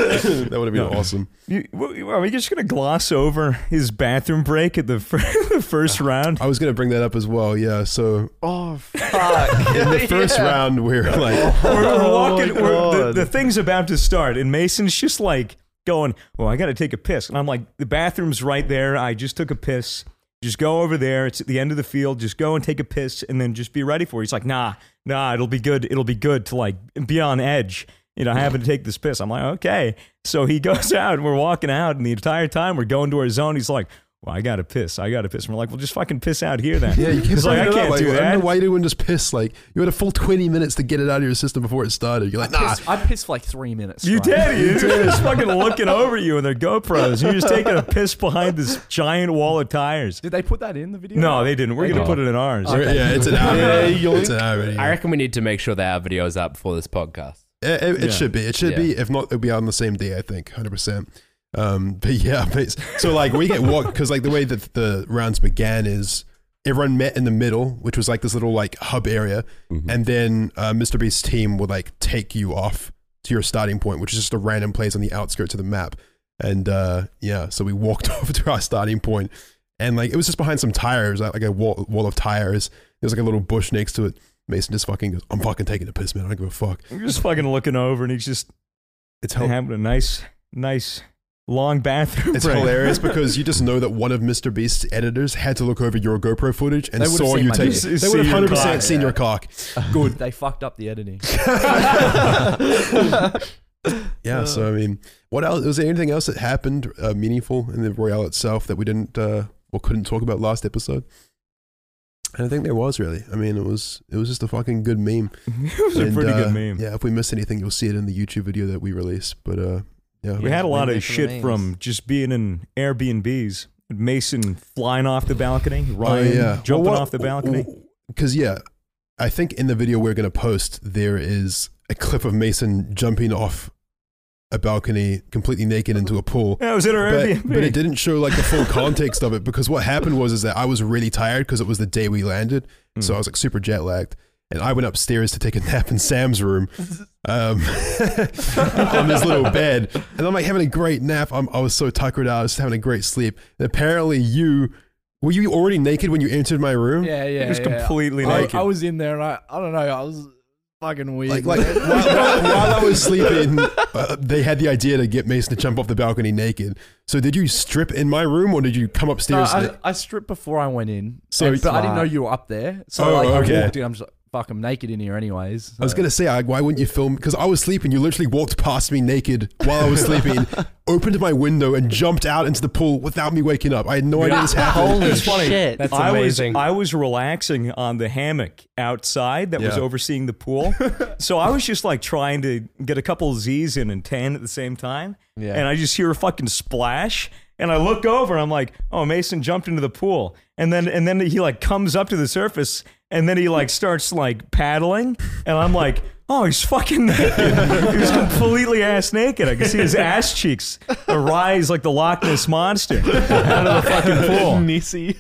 Speaker 1: That would have been awesome.
Speaker 3: You, w- are we just gonna gloss over his bathroom break at the, fir- the first round?
Speaker 1: I was gonna bring that up as well. Yeah, so
Speaker 6: oh, fuck.
Speaker 1: in the first round, we we're like,
Speaker 3: We're, we're walking.
Speaker 6: Oh my
Speaker 3: we're, the,
Speaker 6: God.
Speaker 3: the thing's about to start, and Mason's just like going, "Well, I got to take a piss," and I'm like, "The bathroom's right there. I just took a piss. Just go over there. It's at the end of the field. Just go and take a piss, and then just be ready for it." He's like, "Nah, nah. It'll be good. It'll be good to like be on edge." You know, having to take this piss. I'm like, okay. So he goes out, and we're walking out, and the entire time we're going to our zone. He's like, "Well, I gotta piss. I gotta piss." And we're like, "Well, just fucking piss out here then."
Speaker 1: "Yeah, you can't
Speaker 3: He's
Speaker 1: bring
Speaker 3: like, "I
Speaker 1: it up.
Speaker 3: can't
Speaker 1: Like, I
Speaker 3: do
Speaker 1: don't
Speaker 3: that."
Speaker 1: know why you didn't just piss. Like, you had a full twenty minutes to get it out of your system before it started. You're like, nah,
Speaker 2: Piss- I pissed for like three minutes.
Speaker 3: You
Speaker 2: straight.
Speaker 3: did. You are just fucking looking over you with their GoPros. You're just taking a piss behind this giant wall of tires.
Speaker 2: Did they put that in the video?
Speaker 3: No, they didn't. We're
Speaker 5: They
Speaker 3: gonna
Speaker 5: didn't.
Speaker 3: put it in ours.
Speaker 1: Yeah, it's an hour.
Speaker 6: Yeah,
Speaker 1: it's an hour. video.
Speaker 5: I reckon we need to make sure that our video is up before this podcast.
Speaker 1: It, it, it
Speaker 3: Yeah.
Speaker 1: should be. It should be. If not, it'll be on the same day. I think, hundred percent. Um, but yeah, but, so like we get walked because like the way that the rounds began is everyone met in the middle, which was like this little like hub area,
Speaker 3: Mm-hmm.
Speaker 1: and then uh, Mr. Beast's team would like take you off to your starting point, which is just a random place on the outskirts of the map. And uh, yeah, so we walked over to our starting point, and like it was just behind some tires, like a wall, wall of tires. There was like a little bush next to it. Mason just fucking goes, "I'm fucking taking a piss, man. I don't give a fuck."
Speaker 3: We're just fucking looking over, and he's just
Speaker 1: It's how
Speaker 3: having a nice, nice long bathroom.
Speaker 1: It's
Speaker 3: break.
Speaker 1: hilarious because you just know that one of Mr. Beast's editors had to look over your GoPro footage and
Speaker 2: They would've
Speaker 1: saw
Speaker 2: seen
Speaker 1: you
Speaker 2: my
Speaker 1: take.
Speaker 2: dick.
Speaker 1: They would have
Speaker 3: Seen your
Speaker 1: hundred percent
Speaker 3: cock.
Speaker 1: seen your cock. Good.
Speaker 2: They fucked up the editing.
Speaker 1: Yeah. So I mean, what else? Was there anything else that happened uh, meaningful in the Royale itself that we didn't uh, or couldn't talk about last episode? And I think there was really. I mean, it was it was just a fucking good meme.
Speaker 3: it was a
Speaker 1: And,
Speaker 3: pretty
Speaker 1: uh,
Speaker 3: good meme.
Speaker 1: Yeah, if we miss anything, you'll see it in the YouTube video that we release. But uh, yeah,
Speaker 3: We had a lot
Speaker 6: Mainly
Speaker 3: of
Speaker 6: for the
Speaker 3: shit
Speaker 6: memes.
Speaker 3: from just being in Airbnbs. Mason flying off the balcony,
Speaker 1: Oh,
Speaker 3: Ryan jumping off the balcony.
Speaker 1: Because yeah, I think in the video we're gonna post there is a clip of Mason jumping off a balcony completely naked into a pool.
Speaker 3: Yeah, it was at our
Speaker 1: But,
Speaker 3: Airbnb.
Speaker 1: but it didn't show like the full context of it because what happened was is that I was really tired because it was the day we landed,
Speaker 3: Mm.
Speaker 1: so I was like super jet lagged, and I went upstairs to take a nap in Sam's room, um, on his little bed, and I'm like having a great nap. I'm, I was so tuckered out, I was just having a great sleep. And apparently, you were you already naked when you entered my room?
Speaker 2: Yeah, yeah.
Speaker 3: He was
Speaker 2: yeah.
Speaker 3: completely
Speaker 2: I,
Speaker 3: naked.
Speaker 2: I was in there and I, I don't know, I was fucking
Speaker 1: Like,
Speaker 2: weird.
Speaker 1: like while, while, while I was sleeping, uh, they had the idea to get Mason to jump off the balcony naked. So did you strip in my room, or did you come
Speaker 2: No,
Speaker 1: upstairs?
Speaker 2: I, I stripped before I went in,
Speaker 1: So-
Speaker 2: so but I didn't know
Speaker 6: Fuck.
Speaker 2: you were up there. So
Speaker 1: Oh,
Speaker 2: like,
Speaker 1: okay.
Speaker 2: I walked in, I'm just like, fuck, I'm naked in here anyways.
Speaker 1: I was
Speaker 2: so-
Speaker 1: gonna say, I, why wouldn't you film? Because I was sleeping. You literally walked past me naked while I was sleeping, opened my window, and jumped out into the pool without me waking up. I had no idea this happened.
Speaker 6: Holy
Speaker 3: It's funny.
Speaker 6: shit.
Speaker 5: That's
Speaker 3: I was
Speaker 5: amazing.
Speaker 3: I was relaxing on the hammock outside that was
Speaker 1: Yeah.
Speaker 3: overseeing the pool, so I was just like trying to get a couple of Z's in and ten at the same time,
Speaker 6: Yeah.
Speaker 3: and I just hear a fucking splash, and I look over, and I'm like, oh, Mason jumped into the pool, and then and then he like comes up to the surface, and then he like starts like paddling, and I'm like. Oh, he's fucking naked. he was completely ass naked. I could see his ass cheeks arise like the Loch Ness monster out of the fucking pool.
Speaker 6: Nisi.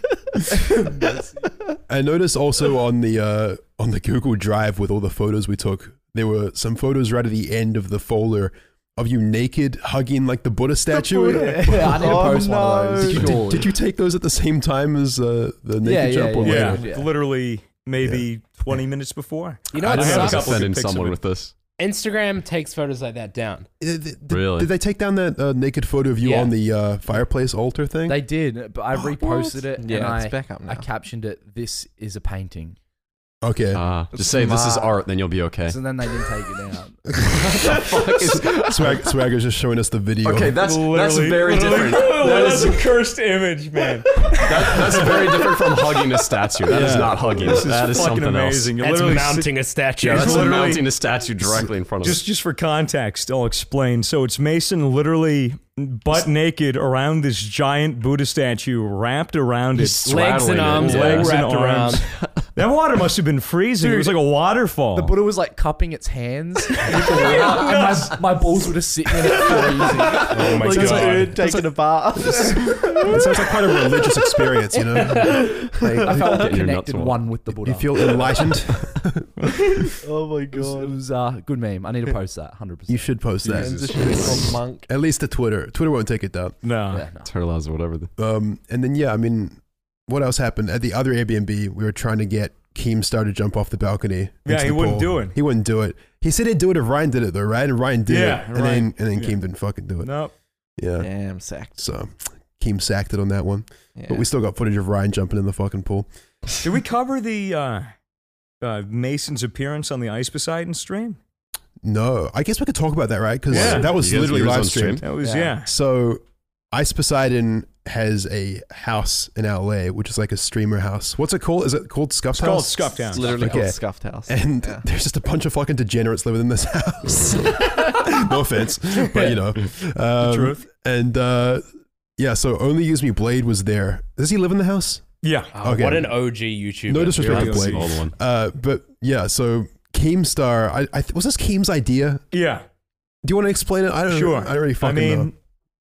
Speaker 1: I noticed also on the uh, on the Google Drive with all the photos we took, there were some photos right at the end of the folder of you naked hugging like the Buddha statue.
Speaker 2: yeah, I need to
Speaker 6: Oh,
Speaker 2: post one of those.
Speaker 1: Did you,
Speaker 2: surely.
Speaker 1: did, did you take those at the same time as uh, the naked
Speaker 2: Yeah, yeah,
Speaker 1: jump? or
Speaker 2: yeah.
Speaker 1: later?
Speaker 3: Yeah,
Speaker 2: Yeah.
Speaker 3: literally maybe 20 minutes before.
Speaker 5: You know
Speaker 4: I
Speaker 5: what
Speaker 4: just
Speaker 3: have a
Speaker 4: have
Speaker 5: sucks?
Speaker 4: to
Speaker 3: couple
Speaker 4: send
Speaker 3: good
Speaker 4: in
Speaker 3: pics of
Speaker 4: someone
Speaker 3: it.
Speaker 4: with this.
Speaker 5: Instagram takes photos like that down.
Speaker 1: Did, did-
Speaker 4: Really?
Speaker 1: Did they take down that uh, naked photo of you
Speaker 5: Yeah.
Speaker 1: on the uh, fireplace altar thing?
Speaker 2: They did, but I reposted it and
Speaker 6: Yeah,
Speaker 2: I,
Speaker 6: it's back up now.
Speaker 2: I captioned it, this is a painting.
Speaker 1: okay.
Speaker 4: Ah, just say this is
Speaker 6: Smart.
Speaker 4: art, then you'll be okay.
Speaker 2: So then they didn't take it out.
Speaker 1: Swag, Swagger's just showing us the video.
Speaker 4: Okay, that's that's
Speaker 3: Literally-
Speaker 4: very
Speaker 3: literally-
Speaker 4: different. That
Speaker 3: Well,
Speaker 4: is,
Speaker 3: that's a cursed image, man.
Speaker 4: that, that's very different from hugging a statue. That is
Speaker 1: Yeah.
Speaker 4: not hugging.
Speaker 3: This is
Speaker 4: that is
Speaker 3: fucking
Speaker 4: something
Speaker 3: amazing.
Speaker 4: else.
Speaker 3: You
Speaker 5: That's
Speaker 3: literally
Speaker 5: mounting a statue.
Speaker 4: Yeah, that's
Speaker 3: literally-
Speaker 4: mounting a statue directly in front of
Speaker 3: Just, just for context, I'll explain. So it's Mason literally butt naked around this giant Buddha statue, wrapped around it.
Speaker 4: us.
Speaker 5: legs and
Speaker 4: Straddling it,
Speaker 5: arms
Speaker 4: yeah.
Speaker 5: all
Speaker 3: Legs and
Speaker 5: wrapped around.
Speaker 3: arms. That water must have been freezing. it was like a waterfall.
Speaker 2: The Buddha was like cupping its hands, with the water, and my, my balls were just sitting in it freezing.
Speaker 5: Oh my
Speaker 6: Like a
Speaker 5: god.
Speaker 6: dude taking a bath.
Speaker 1: It sounds like quite a religious experience, you know?
Speaker 2: I
Speaker 1: Like,
Speaker 2: felt
Speaker 4: Getting your nuts
Speaker 2: connected,
Speaker 4: in a
Speaker 2: one with the Buddha.
Speaker 1: you feel enlightened.
Speaker 6: oh my
Speaker 2: it was, it
Speaker 6: god.
Speaker 2: was uh, good meme. I need to post that 100%.
Speaker 1: You should post that.
Speaker 6: Transitioning from monk.
Speaker 1: At least to Twitter. Twitter won't take it down.
Speaker 3: no.
Speaker 2: Yeah, no.
Speaker 4: Turtles or whatever. the-
Speaker 1: Um, and then, yeah, I mean, what else happened? At the other Airbnb, we were trying to get Keemstar to jump off the balcony.
Speaker 3: Yeah,
Speaker 1: into
Speaker 3: he
Speaker 1: the
Speaker 3: wouldn't
Speaker 1: pool.
Speaker 3: do it.
Speaker 1: He wouldn't do it. He said he'd do it if Ryan did it, though, right? And Ryan did
Speaker 3: Yeah,
Speaker 1: it. And
Speaker 3: Ryan-
Speaker 1: then, and then
Speaker 3: yeah.
Speaker 1: Keem didn't fucking do it.
Speaker 3: Nope.
Speaker 1: Yeah.
Speaker 6: Damn, sacked.
Speaker 1: So Keem sacked it on that one.
Speaker 6: Yeah.
Speaker 1: But we still got footage of Ryan jumping in the fucking pool.
Speaker 3: Did we cover the uh, uh, Mason's appearance on the Ice Poseidon stream?
Speaker 1: No, I guess we could talk about that, right? Because
Speaker 3: Yeah.
Speaker 1: that was
Speaker 4: You guys-
Speaker 1: literally
Speaker 4: you guys
Speaker 1: live
Speaker 4: on
Speaker 1: streamed.
Speaker 4: stream?
Speaker 3: That was,
Speaker 2: Yeah.
Speaker 3: yeah.
Speaker 1: So Ice Poseidon has a house in LA, which is like a streamer house. What's it called? Is it called Scuffed
Speaker 3: It's called
Speaker 1: House?
Speaker 3: Scuff Down.
Speaker 6: It's literally
Speaker 1: Okay.
Speaker 6: called Scuffed House.
Speaker 1: and
Speaker 6: Yeah.
Speaker 1: there's just a bunch of fucking degenerates living in this house. no offense, but you know, um, the
Speaker 3: truth.
Speaker 1: And uh, yeah, so only use me Blade was there. Does he live in the house?
Speaker 3: Yeah.
Speaker 5: Oh,
Speaker 1: Okay.
Speaker 5: What an OG YouTuber.
Speaker 1: No disrespect to
Speaker 3: Very
Speaker 1: Blade,
Speaker 3: OC.
Speaker 4: Old one.
Speaker 1: uh, but yeah. So Keemstar, I, I th- was this Keem's idea?
Speaker 3: Yeah.
Speaker 1: Do you want to explain it? I don't.
Speaker 3: Sure.
Speaker 1: I don't really
Speaker 3: I
Speaker 1: fucking
Speaker 3: mean,
Speaker 1: know.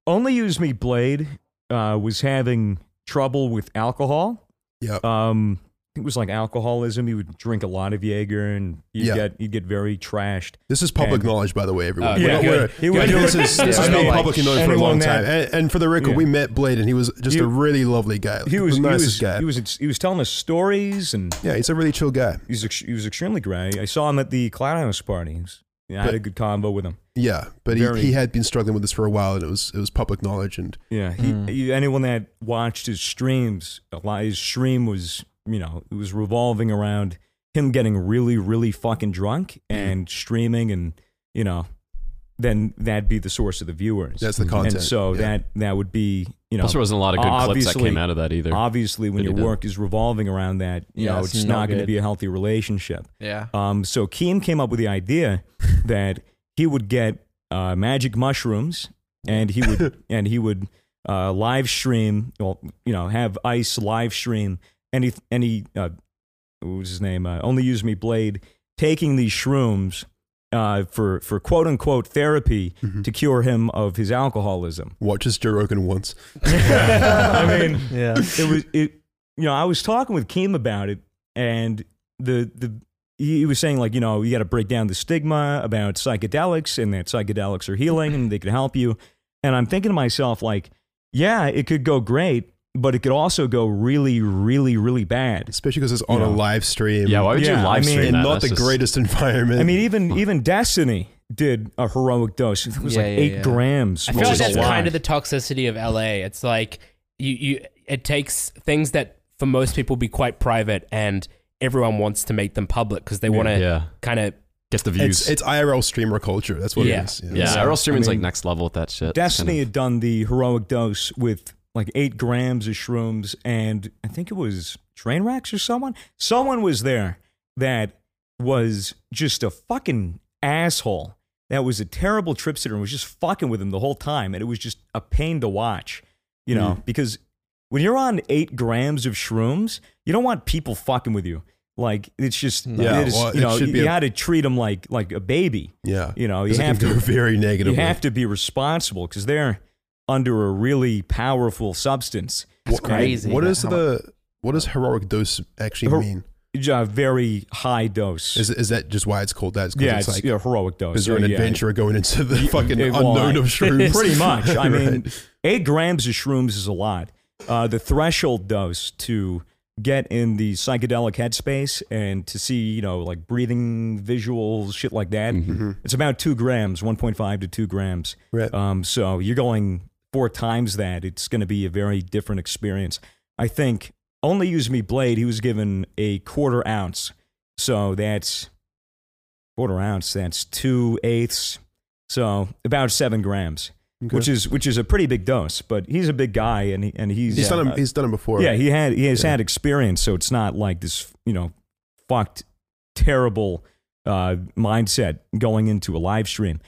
Speaker 3: only use me blade uh, was having trouble with alcohol.
Speaker 1: Yeah.
Speaker 3: Um, it was like alcoholism. He would drink a lot of Jaeger, and you
Speaker 1: Yeah.
Speaker 3: would get you would get very trashed.
Speaker 1: This is public
Speaker 3: and-
Speaker 1: knowledge, by the way, everyone.
Speaker 5: Oh,
Speaker 1: We're
Speaker 5: yeah,
Speaker 1: not-
Speaker 5: good.
Speaker 1: we're-
Speaker 3: He would
Speaker 1: yeah,
Speaker 3: do
Speaker 1: this
Speaker 3: it.
Speaker 1: is this
Speaker 3: Yeah,
Speaker 1: has
Speaker 3: I
Speaker 1: been
Speaker 3: know, like,
Speaker 1: publicly known for a long
Speaker 3: anyone that-
Speaker 1: time. And, and for the record,
Speaker 3: Yeah.
Speaker 1: we met Blade, and he was just
Speaker 3: You-
Speaker 1: a really lovely guy.
Speaker 3: He was
Speaker 1: the
Speaker 3: he
Speaker 1: nicest
Speaker 3: was,
Speaker 1: guy.
Speaker 3: he was he was telling us stories, and
Speaker 1: yeah, he's a really chill guy.
Speaker 3: he was ex- he was extremely great. I saw him at the Cloud House parties. Yeah, I had
Speaker 1: But-
Speaker 3: a good convo with him.
Speaker 1: Yeah, but he,
Speaker 3: Very-
Speaker 1: he had been struggling with this for a while, and it was it was public knowledge. And
Speaker 3: Yeah, he, he- anyone that watched his streams, a lot, his stream was, you know, it was revolving around him getting really, really fucking drunk and streaming and, you know, then that'd be the source of the viewers.
Speaker 1: That's the content.
Speaker 3: and so
Speaker 1: yeah.
Speaker 3: that that would be you know
Speaker 4: Plus, there wasn't a lot of good clips that
Speaker 3: obviously-
Speaker 4: came out of that either.
Speaker 3: obviously when
Speaker 4: Really
Speaker 3: your
Speaker 4: did.
Speaker 3: work is revolving around that you
Speaker 6: Yeah,
Speaker 3: know
Speaker 6: it's
Speaker 3: it's
Speaker 6: not
Speaker 3: not going to
Speaker 6: good.
Speaker 3: be a healthy relationship.
Speaker 6: Yeah.
Speaker 3: Um, so Keem came up with the idea that he would get uh, magic mushrooms and he would and he would uh, live stream, well, you know, have Ice live stream any any uh, what was his name? Uh, Only use me blade taking these shrooms uh, for for quote unquote therapy to cure him of his alcoholism.
Speaker 1: Watches Joe Rogan once.
Speaker 3: I mean,
Speaker 6: Yeah.
Speaker 3: it was it you know i was talking with kim about it and the the he he was saying like you know you got to break down the stigma about psychedelics and that psychedelics are healing and they can help you and i'm thinking to myself like yeah it could go great but it could also go really really really bad
Speaker 1: Especially because it's on a
Speaker 3: Yeah.
Speaker 1: live stream.
Speaker 4: yeah, why would
Speaker 3: Yeah, I
Speaker 4: you live
Speaker 3: mean-
Speaker 4: stream
Speaker 1: in
Speaker 4: that?
Speaker 1: not
Speaker 4: That's
Speaker 1: the
Speaker 4: just-
Speaker 1: greatest environment.
Speaker 3: i mean even even destiny did a heroic dose it was
Speaker 2: Yeah,
Speaker 3: like
Speaker 2: yeah,
Speaker 3: eight
Speaker 2: yeah.
Speaker 3: grams
Speaker 5: I
Speaker 3: which
Speaker 5: feel like
Speaker 3: is a
Speaker 5: that's
Speaker 3: lot.
Speaker 5: kind of the toxicity of LA. It's like you, you it takes things that for most people be quite private and everyone wants to make them public because they want to
Speaker 4: Yeah,
Speaker 5: kind of
Speaker 4: get the views.
Speaker 1: it's, it's IRL streamer culture. That's what
Speaker 5: Yeah.
Speaker 1: it is.
Speaker 4: yeah,
Speaker 3: so,
Speaker 4: so, streaming's
Speaker 3: I mean,
Speaker 4: like next level with that shit. It's
Speaker 3: Destiny
Speaker 4: kind
Speaker 3: had done the heroic dose with like eight grams of shrooms, and I think it was train wrecks or someone. Someone was there that was just a fucking asshole. That was a terrible trip sitter and was just fucking with him the whole time, and it was just a pain to watch, you know,
Speaker 1: Hmm.
Speaker 3: because when you're on eight grams of shrooms, you don't want people fucking with you. Like it's just,
Speaker 1: Yeah,
Speaker 3: it is-
Speaker 1: well,
Speaker 3: you
Speaker 1: it
Speaker 3: know,
Speaker 1: should
Speaker 3: you,
Speaker 1: be a-
Speaker 3: got to treat them like like a baby.
Speaker 1: Yeah.
Speaker 3: You know, you
Speaker 1: 'Cause it
Speaker 3: have
Speaker 1: can
Speaker 3: to
Speaker 1: go very negative.
Speaker 3: you have to be responsible because they're under a really powerful substance.
Speaker 1: It's
Speaker 6: crazy.
Speaker 1: What is
Speaker 3: How
Speaker 1: the what does heroic dose actually
Speaker 3: Her-
Speaker 1: mean?
Speaker 3: A very high dose.
Speaker 1: Is is that just why it's called that? It's 'cause
Speaker 3: yeah,
Speaker 1: it's
Speaker 3: it's,
Speaker 1: like
Speaker 3: a heroic dose.
Speaker 1: is there an
Speaker 3: Yeah, yeah.
Speaker 1: adventurer going into the fucking
Speaker 3: it- well,
Speaker 1: unknown of shrooms?
Speaker 3: Pretty much. I mean,
Speaker 1: Right.
Speaker 3: eight grams of shrooms is a lot. Uh, the threshold dose to get in the psychedelic headspace and to see, you know, like breathing visuals, shit like that,
Speaker 1: Mm-hmm.
Speaker 3: it's about two grams, 1.5 to two grams.
Speaker 1: Right.
Speaker 3: Um, so you're going four times that. It's going to be a very different experience. I think only use me blade. He was given a quarter ounce, so that's quarter ounce. That's two eighths. So about seven grams,
Speaker 1: Okay.
Speaker 3: which is which is a pretty big dose. But he's a big guy, and he, and he's
Speaker 1: he's
Speaker 3: uh,
Speaker 1: done it, he's done it before.
Speaker 3: yeah, he had he has
Speaker 1: Yeah.
Speaker 3: had experience, so it's not like this, you know, fucked terrible uh, mindset going into a live stream.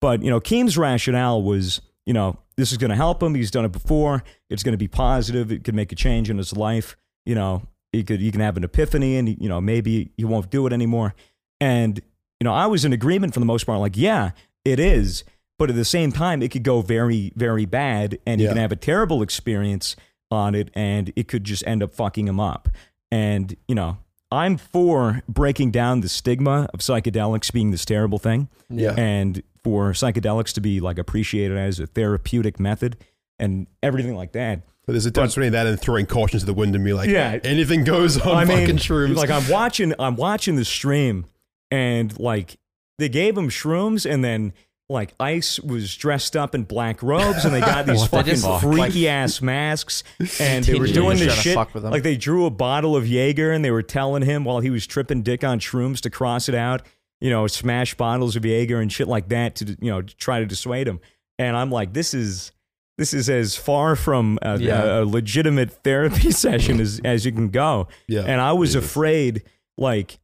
Speaker 3: But you know, Keem's rationale was, you know, this is going to help him. He's done it before. It's going to be positive. It could make a change in his life. You know, he could he can have an epiphany, and you know, maybe he won't do it anymore. And you know, I was in agreement for the most part. Like, yeah, it is. But at the same time, it could go very, very bad, and you
Speaker 1: Yeah.
Speaker 3: can have a terrible experience on it, and it could just end up fucking him up. And you know, I'm for breaking down the stigma of psychedelics being this terrible thing,
Speaker 1: Yeah.
Speaker 3: and for psychedelics to be like appreciated as a therapeutic method and everything like that.
Speaker 1: But there's a difference between that and throwing caution to the wind and be like,
Speaker 3: Yeah.
Speaker 1: anything goes on
Speaker 3: I mean,
Speaker 1: fucking shrooms.
Speaker 3: Like I'm watching, I'm watching the stream, and like they gave him shrooms, and then like Ice was dressed up in black robes, and they got these
Speaker 6: What the
Speaker 3: fucking
Speaker 6: fuck?
Speaker 3: freaky ass masks, and they were
Speaker 6: Continue
Speaker 3: doing
Speaker 6: to
Speaker 3: this
Speaker 6: try to
Speaker 3: shit.
Speaker 6: fuck with them.
Speaker 3: Like they drew a bottle of Jaeger, and they were telling him while he was tripping dick on shrooms to cross it out. You know, smash bottles of Jaeger and shit like that to you know to try to dissuade him. And I'm like, this is this is as far from a,
Speaker 6: Yeah.
Speaker 3: a legitimate therapy session as, as you can go.
Speaker 1: Yeah.
Speaker 3: And I was afraid, like,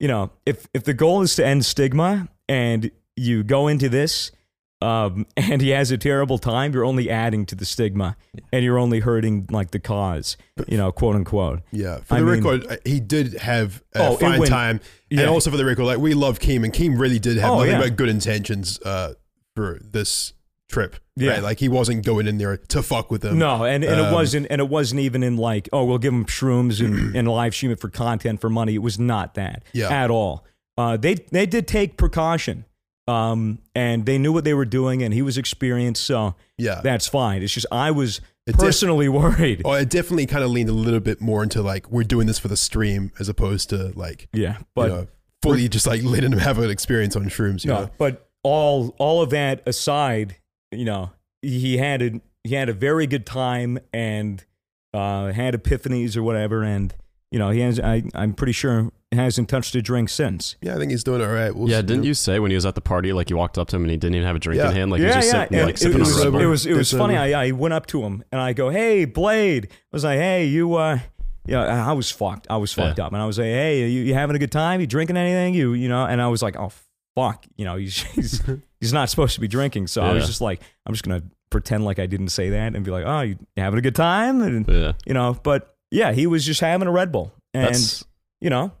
Speaker 3: you know, if if the goal is to end stigma and you go into this um, and he has a terrible time, you're only adding to the stigma and you're only hurting like the cause, you know, quote unquote.
Speaker 1: Yeah, for
Speaker 3: I
Speaker 1: the
Speaker 3: mean-
Speaker 1: record, uh, he did have a
Speaker 3: Oh, it
Speaker 1: fine
Speaker 3: went-
Speaker 1: time,
Speaker 3: yeah.
Speaker 1: and also for the record, like we love Keem, and Keem really did have
Speaker 3: Oh,
Speaker 1: nothing
Speaker 3: yeah.
Speaker 1: but good intentions uh, for this trip.
Speaker 3: Yeah.
Speaker 1: right? like he wasn't going in there to fuck with them.
Speaker 3: No, and, and
Speaker 1: Um,
Speaker 3: it wasn't and it wasn't even in like, oh, we'll give them shrooms and, and live stream it for content for money. It was not that
Speaker 1: Yeah.
Speaker 3: at all. Uh, they they did take precaution. Um, and they knew what they were doing and he was experienced, so
Speaker 1: yeah.
Speaker 3: that's fine. It's just I was
Speaker 1: It def-
Speaker 3: personally worried.
Speaker 1: Oh, it definitely kind of leaned a little bit more into like we're doing this for the stream as opposed to like
Speaker 3: Yeah.
Speaker 1: but you
Speaker 3: But
Speaker 1: know, fully just like letting him have an experience on shrooms. You know?
Speaker 3: no, but all all of that aside, you know, he had a he had a very good time and uh, had epiphanies or whatever, and You know, he has. I, I'm pretty sure hasn't touched a drink since.
Speaker 1: Yeah, I think he's doing all right. We'll
Speaker 4: yeah,
Speaker 1: see.
Speaker 4: didn't you say when he was at the party, like you walked up to him and he didn't even have a drink
Speaker 1: Yeah.
Speaker 4: in hand, like he was just sip-
Speaker 3: and
Speaker 4: like,
Speaker 3: it,
Speaker 4: sipping
Speaker 1: was
Speaker 4: on Red
Speaker 1: sober.
Speaker 3: it
Speaker 4: Bull.
Speaker 3: was it was
Speaker 1: That's
Speaker 3: funny.
Speaker 1: over.
Speaker 3: I, I went up to him and I go, "Hey, Blade." I was like, "Hey, you." Uh, yeah, I I was fucked. I was fucked
Speaker 4: Yeah.
Speaker 3: up, and I was like, "Hey, you, you having a good time? You drinking anything? You you know?" And I was like, "Oh fuck," you know, he's he's, he's not supposed to be drinking. So I was
Speaker 4: Yeah.
Speaker 3: just like, "I'm just gonna pretend like I didn't say that and be like, oh, you having a good time?'" And
Speaker 4: Yeah,
Speaker 3: you know, but yeah, he was just having a Red Bull, and
Speaker 4: that's
Speaker 3: you know,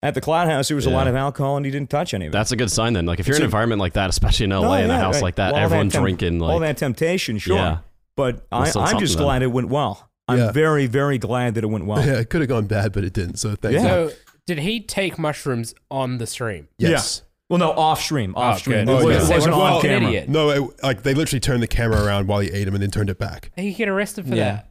Speaker 3: at the Cloud House, there was a
Speaker 4: Yeah.
Speaker 3: lot of alcohol, and he didn't touch any of it.
Speaker 4: that's a good sign then. Like if you're in
Speaker 3: It's
Speaker 4: an
Speaker 3: a-
Speaker 4: environment like that, especially in LA,
Speaker 3: No,
Speaker 4: in a
Speaker 3: yeah,
Speaker 4: house
Speaker 3: right.
Speaker 4: like that,
Speaker 3: All that
Speaker 4: everyone
Speaker 3: temp-
Speaker 4: drinking, like
Speaker 3: all that temptation, sure.
Speaker 4: yeah,
Speaker 3: But I,
Speaker 4: That's not
Speaker 3: I'm just
Speaker 4: something,
Speaker 3: glad it went well. I'm
Speaker 1: Yeah.
Speaker 3: very, very glad that it went well.
Speaker 1: Yeah, it could have gone bad, but it didn't. So thanks.
Speaker 3: Yeah.
Speaker 5: So, did he take mushrooms on the stream?
Speaker 1: Yes.
Speaker 3: Well, no, off stream, off
Speaker 5: Oh,
Speaker 3: stream.
Speaker 5: good.
Speaker 1: Oh,
Speaker 3: It, was,
Speaker 1: yeah.
Speaker 3: it wasn't
Speaker 5: Well,
Speaker 3: on
Speaker 5: an
Speaker 3: camera.
Speaker 5: idiot.
Speaker 1: No, it, like they literally turned the camera around while he ate him and then turned it back.
Speaker 5: He get arrested for
Speaker 2: Yeah.
Speaker 5: that.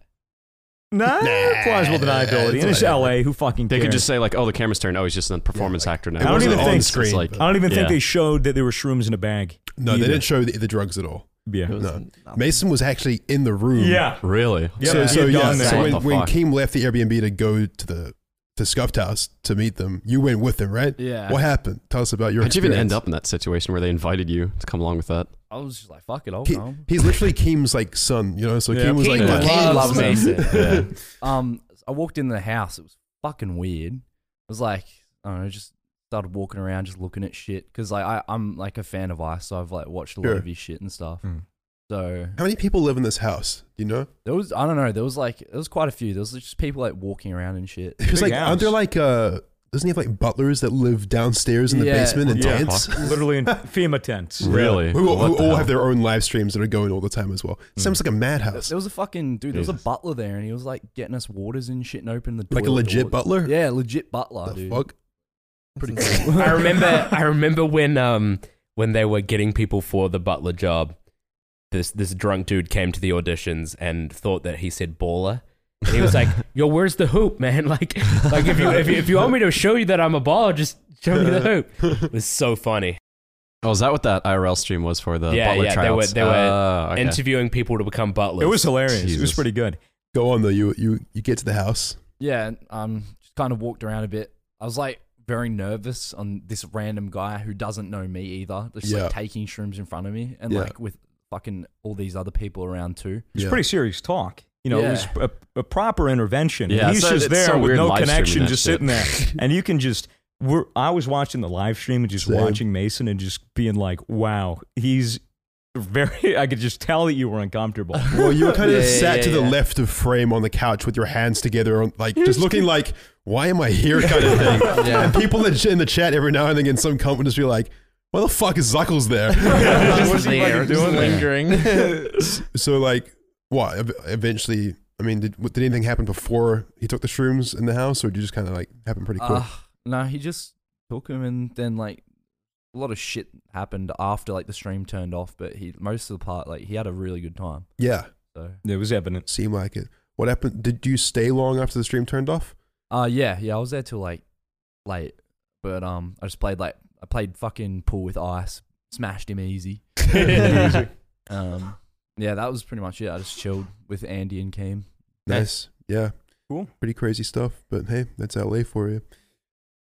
Speaker 3: Nah,
Speaker 1: Nah,
Speaker 3: plausible
Speaker 1: it's
Speaker 3: deniability. And it's
Speaker 1: whatever.
Speaker 3: LA. Who fucking
Speaker 4: they
Speaker 3: cares?
Speaker 4: could just say like, oh, the camera's turned. Oh, he's just a performance actor now.
Speaker 1: I don't
Speaker 4: It's
Speaker 1: even
Speaker 4: on
Speaker 1: think-
Speaker 4: screen, it's like
Speaker 3: I don't even think
Speaker 4: Yeah.
Speaker 3: they showed that there were shrooms in a bag.
Speaker 1: No,
Speaker 3: either.
Speaker 1: they didn't show the, the drugs at all.
Speaker 3: Yeah.
Speaker 6: It was
Speaker 1: No.
Speaker 6: nothing.
Speaker 1: Mason was actually in the room.
Speaker 3: Yeah.
Speaker 4: really.
Speaker 3: Yeah,
Speaker 1: so
Speaker 3: he
Speaker 1: so
Speaker 3: had
Speaker 1: yeah.
Speaker 3: gone there.
Speaker 1: So
Speaker 4: What
Speaker 1: when,
Speaker 4: the
Speaker 1: when
Speaker 4: fuck?
Speaker 1: Keem left the Airbnb to go to the to Scuffed House to meet them, you went with them, right?
Speaker 2: Yeah.
Speaker 1: What happened? Tell us about your.
Speaker 4: How'd you even
Speaker 1: experience.
Speaker 4: end up in that situation where they invited you to come along with that?
Speaker 2: I was just like, fuck it, I'll
Speaker 1: He-
Speaker 2: come.
Speaker 1: he's literally Keem's like son, you know. So
Speaker 3: Yeah.
Speaker 1: Keem was
Speaker 5: Keem
Speaker 1: like,
Speaker 5: loves
Speaker 1: "Fuck,
Speaker 5: loves
Speaker 1: son."
Speaker 5: Mason.
Speaker 4: Yeah.
Speaker 2: Um, I walked in the house. It was fucking weird. I was like, I don't know, just started walking around, just looking at shit. Because like I, I'm like a fan of Ice, so I've like watched a lot
Speaker 1: Sure. Hmm.
Speaker 2: of his shit and stuff.
Speaker 3: Mm.
Speaker 2: So
Speaker 1: How many people live in this house? Do you know?
Speaker 2: there was, I don't know, there was like there was quite a few. There was just people like walking around and shit.
Speaker 1: Because like,
Speaker 3: house.
Speaker 1: aren't there like uh, doesn't he have like butlers that live downstairs in the
Speaker 2: Yeah.
Speaker 1: basement in
Speaker 3: Yeah.
Speaker 1: tents?
Speaker 3: Literally in FEMA tents.
Speaker 4: Really?
Speaker 1: Who,
Speaker 4: What
Speaker 1: who
Speaker 4: the
Speaker 1: all
Speaker 4: hell? Hmm.
Speaker 1: have their own live streams that are going all the time as well. Sounds like a
Speaker 2: There
Speaker 1: madhouse.
Speaker 2: there was a fucking dude. There was a
Speaker 4: Jesus.
Speaker 2: butler there, and he was like getting us waters and shit, and opening the door.
Speaker 1: Like a legit butler?
Speaker 2: Yeah, legit butler,
Speaker 1: the
Speaker 2: dude.
Speaker 1: fuck?
Speaker 2: Pretty
Speaker 6: That's
Speaker 2: cool.
Speaker 5: I remember I remember when um when they were getting people for the butler job, this this drunk dude came to the auditions and thought that he said baller. And he was like, "Yo, where's the hoop, man? Like, like if you if you, if you want me to show you that I'm a baller, just show me the hoop." It was so funny
Speaker 4: Oh, is that what that IRL stream was for the
Speaker 5: Yeah,
Speaker 4: Butler
Speaker 5: yeah, they were-
Speaker 4: tryouts?
Speaker 5: they were
Speaker 4: Ah, okay.
Speaker 5: interviewing people to become butlers.
Speaker 3: It was hilarious. It was
Speaker 4: Jesus.
Speaker 3: pretty good.
Speaker 1: Go on though. You you you get to the house.
Speaker 2: yeah, and, um, just kind of walked around a bit. I was like very nervous on this random guy who doesn't know me either, just
Speaker 1: Yeah.
Speaker 2: like taking shrooms in front of me, and
Speaker 1: Yeah.
Speaker 2: like with fucking all these other people around too.
Speaker 3: It was
Speaker 1: Yeah.
Speaker 3: pretty serious talk. You know, it was
Speaker 2: Yeah.
Speaker 3: a, a proper intervention.
Speaker 4: Yeah,
Speaker 3: he's
Speaker 4: so
Speaker 3: just
Speaker 4: it's
Speaker 3: there
Speaker 4: so
Speaker 3: with
Speaker 4: weird
Speaker 3: no
Speaker 4: live streaming
Speaker 3: connection,
Speaker 4: that
Speaker 3: just
Speaker 4: shit.
Speaker 3: sitting there, and you can just. We're, I was watching the live stream and just
Speaker 1: Same.
Speaker 3: watching Mason and just being like, "Wow, he's very." I could just tell that you were uncomfortable.
Speaker 1: Well, you were kind of
Speaker 2: Yeah, yeah,
Speaker 1: sat to
Speaker 2: yeah,
Speaker 1: the
Speaker 2: yeah.
Speaker 1: left of frame on the couch with your hands together, on, like just looking like, "Why am I here?" kind of thing. And people in in the chat every now and again, some comment just be like, "Why the fuck is Zuckles there?"
Speaker 3: What's he fucking doing there?
Speaker 1: so like, what? ev- Eventually, I mean, did did anything happen before he took the shrooms in the house, or did you just kind of like happen pretty quick?
Speaker 2: Uh, no, he just took him, and then like a lot of shit happened after like the stream turned off. But he most of the part like he had a really good time.
Speaker 1: yeah,
Speaker 2: So
Speaker 3: It was evident.
Speaker 1: seemed like it. What happened? Did you stay long after the stream turned off?
Speaker 2: Uh yeah, yeah, I was there till like late. But um I just played like I played fucking pool with ice, smashed him easy. Um yeah, that was pretty much it. I just chilled with Andy and Keem.
Speaker 1: Nice. Yeah.
Speaker 3: Cool.
Speaker 1: Pretty crazy stuff. But hey, that's LA for you.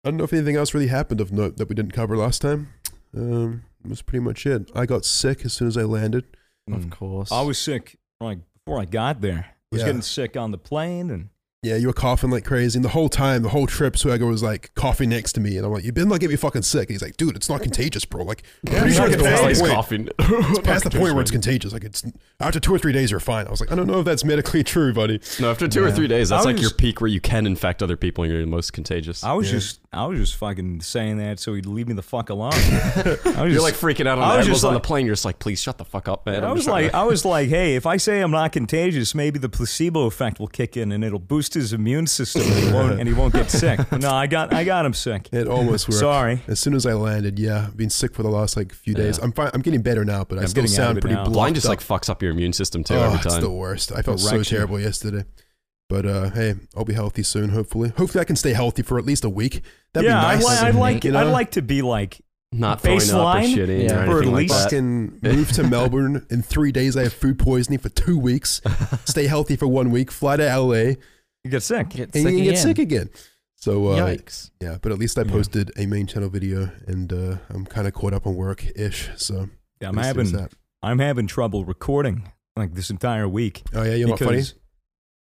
Speaker 1: I don't know if anything else really happened of note that we didn't cover last time. Um, that's pretty much it. I got sick as soon as I landed.
Speaker 6: Of course.
Speaker 3: Mm. I was sick like before I got there. I was
Speaker 1: Yeah.
Speaker 3: getting sick on the plane, and
Speaker 1: Yeah, you were coughing like crazy. And the whole time, the whole trip, Swagger was like coughing next to me. And I'm like, you better not get me fucking sick. And he's like, dude, it's not contagious, bro. Like, I'm pretty sure it's
Speaker 4: It's like
Speaker 1: past
Speaker 4: he's
Speaker 1: the point.
Speaker 4: coughing.
Speaker 1: It's past the point where it's contagious. Like, it's after two or three days, you're fine. I was like, I don't know if that's medically true, buddy.
Speaker 4: No, after two or three days, that's
Speaker 3: I
Speaker 4: like
Speaker 3: was-
Speaker 4: your peak where you can infect other people and you're the most contagious.
Speaker 3: I was
Speaker 1: Yeah.
Speaker 3: just, I was just fucking saying that so he'd leave me the fuck alone. I was
Speaker 4: You're
Speaker 3: just-
Speaker 4: like freaking out
Speaker 3: I
Speaker 4: on the
Speaker 3: was
Speaker 4: edibles
Speaker 3: just
Speaker 4: on the
Speaker 3: like-
Speaker 4: plane. You're just like, please shut the fuck up, man.
Speaker 3: I
Speaker 4: I'm
Speaker 3: was
Speaker 4: just trying
Speaker 3: like,
Speaker 4: to-
Speaker 3: I was like, hey, if I say I'm not contagious, maybe the placebo effect will kick in and it'll boost his immune system and he won't, and he won't get sick. But no, I got, I got him sick.
Speaker 1: It almost worked.
Speaker 3: Sorry.
Speaker 1: As soon as I landed, yeah, I've been sick for the last like few days.
Speaker 4: Yeah.
Speaker 1: I'm fine. I'm getting better now, but I
Speaker 3: I'm
Speaker 1: still
Speaker 3: getting out of
Speaker 1: sound
Speaker 3: it
Speaker 1: pretty
Speaker 3: now.
Speaker 1: blocked
Speaker 4: blind just
Speaker 1: up.
Speaker 4: like fucks up your immune system too
Speaker 1: oh,
Speaker 4: every
Speaker 1: it's
Speaker 4: time.
Speaker 1: the worst. I felt so
Speaker 3: Correction.
Speaker 1: terrible yesterday. But uh, hey, I'll be healthy soon. Hopefully, hopefully I can stay healthy for at least a week. That'd
Speaker 3: yeah,
Speaker 1: be nice.
Speaker 3: I, would like,
Speaker 1: You know?
Speaker 3: I'd like to be like,
Speaker 4: Not throwing up or
Speaker 3: Baseline?
Speaker 4: shitting
Speaker 6: Yeah.
Speaker 4: or
Speaker 3: For at
Speaker 4: anything like
Speaker 3: least-
Speaker 4: that.
Speaker 1: fucking move to Melbourne in three days. I have food poisoning for two weeks. stay healthy for one week. Fly to LA
Speaker 3: you get sick.
Speaker 1: and
Speaker 6: Get sick
Speaker 1: you can
Speaker 6: again.
Speaker 1: get sick again. So uh,
Speaker 6: Yikes.
Speaker 1: yeah, but at least I
Speaker 3: Yeah.
Speaker 1: posted a main channel video, and uh, I'm kind of caught up on work ish. So at
Speaker 3: Yeah, I'm
Speaker 1: least there's
Speaker 3: having
Speaker 1: that.
Speaker 3: I'm having trouble recording like this entire week.
Speaker 1: Oh yeah, you're not funny
Speaker 3: because-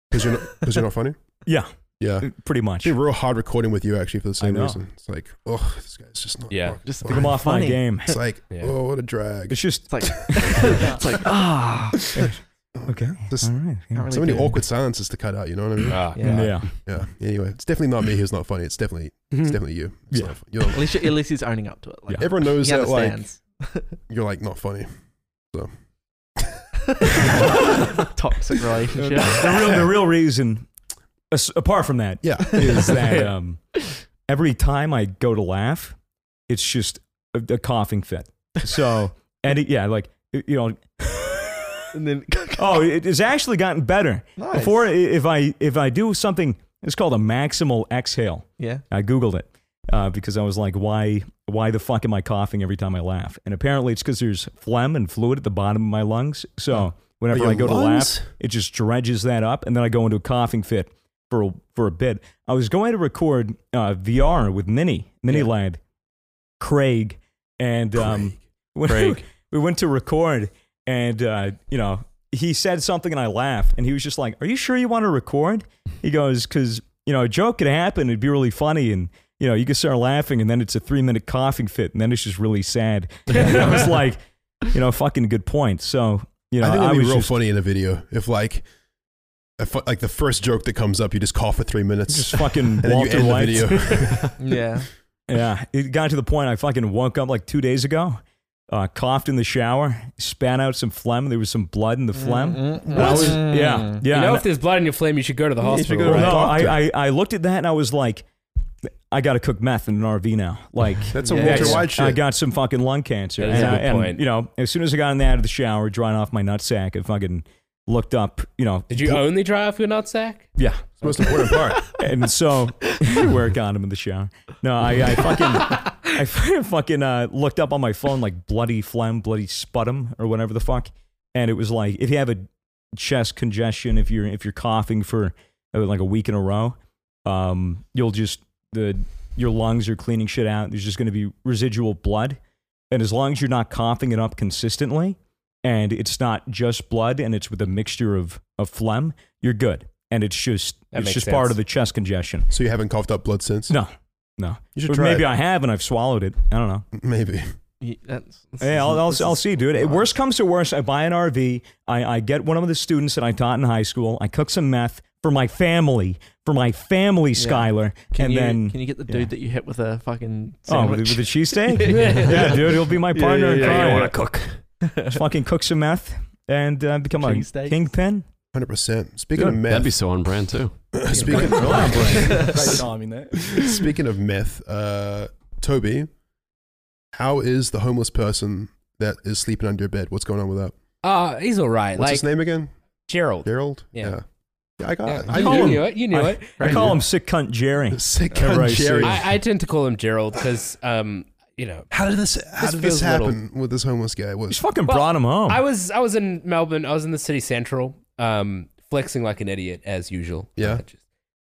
Speaker 1: because you're not because you're not funny.
Speaker 3: Yeah,
Speaker 1: Yeah,
Speaker 3: pretty much.
Speaker 1: it's been real hard recording with you actually for the same
Speaker 3: know.
Speaker 1: reason. It's like, oh, this guy's just not.
Speaker 5: Yeah.
Speaker 1: fucking
Speaker 6: Just
Speaker 1: funny.
Speaker 6: think
Speaker 3: I'm off
Speaker 6: Funny.
Speaker 3: my game.
Speaker 1: It's like,
Speaker 5: Yeah.
Speaker 1: oh, what a drag.
Speaker 3: It's
Speaker 6: It's
Speaker 3: just
Speaker 6: like, it's like, ah.
Speaker 3: okay.
Speaker 1: Just
Speaker 3: All right. yeah.
Speaker 6: Not really
Speaker 1: so many
Speaker 6: good.
Speaker 1: awkward silences to cut out. You know what I mean?
Speaker 3: Uh.
Speaker 5: Ah,
Speaker 6: Yeah.
Speaker 3: yeah.
Speaker 1: Yeah. Anyway, it's definitely not me who's not funny. It's definitely
Speaker 6: Mm-hmm.
Speaker 1: it's definitely you. It's
Speaker 3: Yeah.
Speaker 1: not fu- you're-
Speaker 6: At least, at least he's owning up to it. Like,
Speaker 1: everyone knows
Speaker 6: he
Speaker 1: that like
Speaker 6: understands.
Speaker 1: you're like not funny. So
Speaker 6: Toxic relationship.
Speaker 3: the real the real reason, as- apart from that,
Speaker 1: yeah,
Speaker 3: is that um, every time I go to laugh, it's just a, a coughing fit. So and it, yeah, like you know,
Speaker 6: and then
Speaker 3: oh, it, it's actually gotten better.
Speaker 6: nice.
Speaker 3: Before, i- if I if I do something, it's called a maximal exhale.
Speaker 6: yeah,
Speaker 3: I googled it uh, because I was like, why why the fuck am I coughing every time I laugh? And apparently, it's because there's phlegm and fluid at the bottom of my lungs. So whenever
Speaker 1: Are
Speaker 3: I
Speaker 1: your
Speaker 3: go
Speaker 1: lungs-
Speaker 3: to laugh, it just dredges that up, and then I go into a coughing fit for a, for a bit. I was going to record uh, VR with Mini Mini
Speaker 6: Yeah.
Speaker 3: Lad, Craig, and um, when
Speaker 5: Craig.
Speaker 3: we went to record, and uh, you know he said something, and I laughed, and he was just like, "Are you sure you want to record?" He goes, "Cause you know a joke could happen, it'd be really funny, and you know you could start laughing, and then it's a three minute coughing fit, and then it's just really sad." And I was like, "You know, fucking good point." So you know,
Speaker 1: I
Speaker 3: I,
Speaker 1: think that'd be
Speaker 3: was
Speaker 1: real
Speaker 3: just,
Speaker 1: funny in a video if like. if, like the first joke that comes up, you just cough for three minutes,
Speaker 3: just fucking
Speaker 1: and then you
Speaker 3: Walter
Speaker 1: end
Speaker 3: White.
Speaker 1: the video.
Speaker 6: yeah.
Speaker 3: Yeah, it got to the point I fucking woke up like two days ago, uh, coughed in the shower, spat out some phlegm. There was some blood in the phlegm. And I was-
Speaker 6: Mm.
Speaker 3: yeah, yeah.
Speaker 5: Mm-hmm. Mm. You know,
Speaker 3: and
Speaker 5: if there's blood in your flame, you should go to the
Speaker 1: You should
Speaker 5: hospital.
Speaker 1: go to the
Speaker 5: right?
Speaker 3: No,
Speaker 1: doctor.
Speaker 3: I, I, I looked at that and I was like, I got to cook meth in an RV now. Like,
Speaker 1: That's a
Speaker 6: Yeah,
Speaker 1: Walter
Speaker 3: that's-
Speaker 1: White shit.
Speaker 3: I got some fucking lung cancer.
Speaker 5: That is a
Speaker 3: and, I-
Speaker 5: good
Speaker 3: and,
Speaker 5: point.
Speaker 3: you know, as soon as I got in the out of the shower, drying off my nutsack, I fucking looked up, you know.
Speaker 5: Did you only dry off your nutsack?
Speaker 3: Yeah.
Speaker 1: It's the most important part.
Speaker 3: And so you wear a condom in the shower. No, I, I fucking, I fucking uh, looked up on my phone like bloody phlegm, bloody sputum, or whatever the fuck. And it was like if you have a chest congestion, if you're if you're coughing for uh, like a week in a row, um, you'll just the your lungs are cleaning shit out. There's just going to be residual blood, and as long as you're not coughing it up consistently, and it's not just blood, and it's with a mixture of of phlegm, you're good. And it's just
Speaker 5: That
Speaker 3: it's
Speaker 5: makes
Speaker 3: just part
Speaker 5: sense.
Speaker 3: of the chest congestion.
Speaker 1: So you haven't coughed up blood since?
Speaker 3: No, no.
Speaker 1: You should
Speaker 3: Or
Speaker 1: try.
Speaker 3: maybe
Speaker 1: it.
Speaker 3: I have and I've swallowed it. I don't know.
Speaker 1: Maybe.
Speaker 6: Ye- That's, this
Speaker 3: Hey,
Speaker 6: is-
Speaker 3: I'll, I'll,
Speaker 6: this
Speaker 3: I'll
Speaker 6: is-
Speaker 3: see, dude. It, worst comes to worst, I buy an RV. I, I get one of the students that I taught in high school. I cook some meth for my family, for my family,
Speaker 6: Yeah.
Speaker 3: Skylar.
Speaker 6: Can
Speaker 3: and
Speaker 6: you,
Speaker 3: then,
Speaker 6: can you get the
Speaker 3: yeah.
Speaker 6: dude that you hit with a fucking
Speaker 3: oh, with,
Speaker 6: sandwich?
Speaker 3: with the cheesesteak?
Speaker 6: Yeah.
Speaker 3: yeah, dude, he'll be my
Speaker 6: Yeah,
Speaker 3: partner
Speaker 6: yeah,
Speaker 3: in
Speaker 6: yeah,
Speaker 3: crime.
Speaker 6: you wanna
Speaker 3: cook. fucking cook some meth and uh, become a
Speaker 6: Cheesesteaks.
Speaker 3: kingpin.
Speaker 1: 100%. Speaking of
Speaker 3: Dude,
Speaker 1: meth.
Speaker 4: That'd be so on brand too.
Speaker 1: speaking,
Speaker 2: Great timing there.
Speaker 1: speaking of meth, uh, Toby, how is the homeless person that is sleeping under your bed? What's going on with that?
Speaker 5: Uh, he's all right.
Speaker 1: What's
Speaker 5: like
Speaker 1: his name again?
Speaker 5: Gerald.
Speaker 1: Gerald?
Speaker 5: Yeah.
Speaker 1: Yeah. Yeah, I got
Speaker 5: Yeah, Oh,
Speaker 1: I
Speaker 5: you
Speaker 1: knew
Speaker 5: knew it. You knew
Speaker 3: I-
Speaker 5: it.
Speaker 3: I call him Sick Cunt Jerry.
Speaker 1: Sick
Speaker 3: Yeah,
Speaker 1: cunt
Speaker 3: right,
Speaker 1: Jerry.
Speaker 3: serious.
Speaker 5: I, I tend to call him Gerald because, um, you know,
Speaker 1: how did this how
Speaker 5: This
Speaker 1: did this
Speaker 5: feels little-
Speaker 1: happen with this homeless guy?
Speaker 3: Just
Speaker 1: Was
Speaker 3: fucking
Speaker 5: Well,
Speaker 3: brought him
Speaker 1: Oh.
Speaker 3: home.
Speaker 5: I was I was in Melbourne. I was in the city central, um, flexing like an idiot as usual.
Speaker 1: Yeah.
Speaker 5: Uh, just,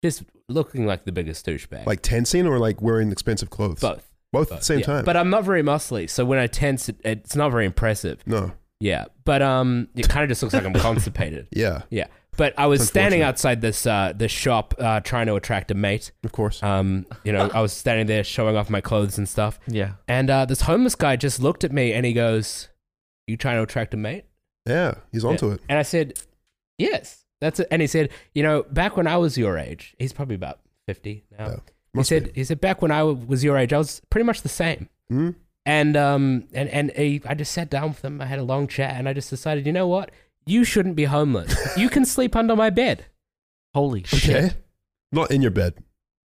Speaker 5: just looking like the biggest douchebag.
Speaker 1: like tensing or like wearing expensive clothes?
Speaker 5: both.
Speaker 1: Both at
Speaker 5: both,
Speaker 1: the same
Speaker 5: yeah.
Speaker 1: time.
Speaker 5: But uh, I'm not very muscly, so when I tense, it, it's not very impressive.
Speaker 1: no.
Speaker 5: Yeah, but um, it kind of just looks like I'm constipated.
Speaker 1: Yeah,
Speaker 5: Yeah, but I was
Speaker 1: It's
Speaker 5: standing
Speaker 1: unfortunate.
Speaker 5: outside this uh, this shop uh, trying to attract a mate.
Speaker 1: of course.
Speaker 5: Um, you know, I was standing there showing off my clothes and stuff,
Speaker 6: yeah.
Speaker 5: and uh, this homeless guy just looked at me and he goes, "You trying to attract a mate?"
Speaker 1: yeah, he's onto it.
Speaker 5: And I said, "Yes, that's it." And he said, "You know, back when I was your age, he's probably about fifty now."
Speaker 1: Yeah,
Speaker 5: he
Speaker 1: Must
Speaker 5: said, "He said back when I was your age, I was pretty much the same."
Speaker 1: be. Hmm?
Speaker 5: And um, and and he, I just sat down with him. I had a long chat, and I just decided, you know what? You shouldn't be homeless. you can sleep under my bed.
Speaker 6: Holy shit.
Speaker 1: Okay. Not in your bed.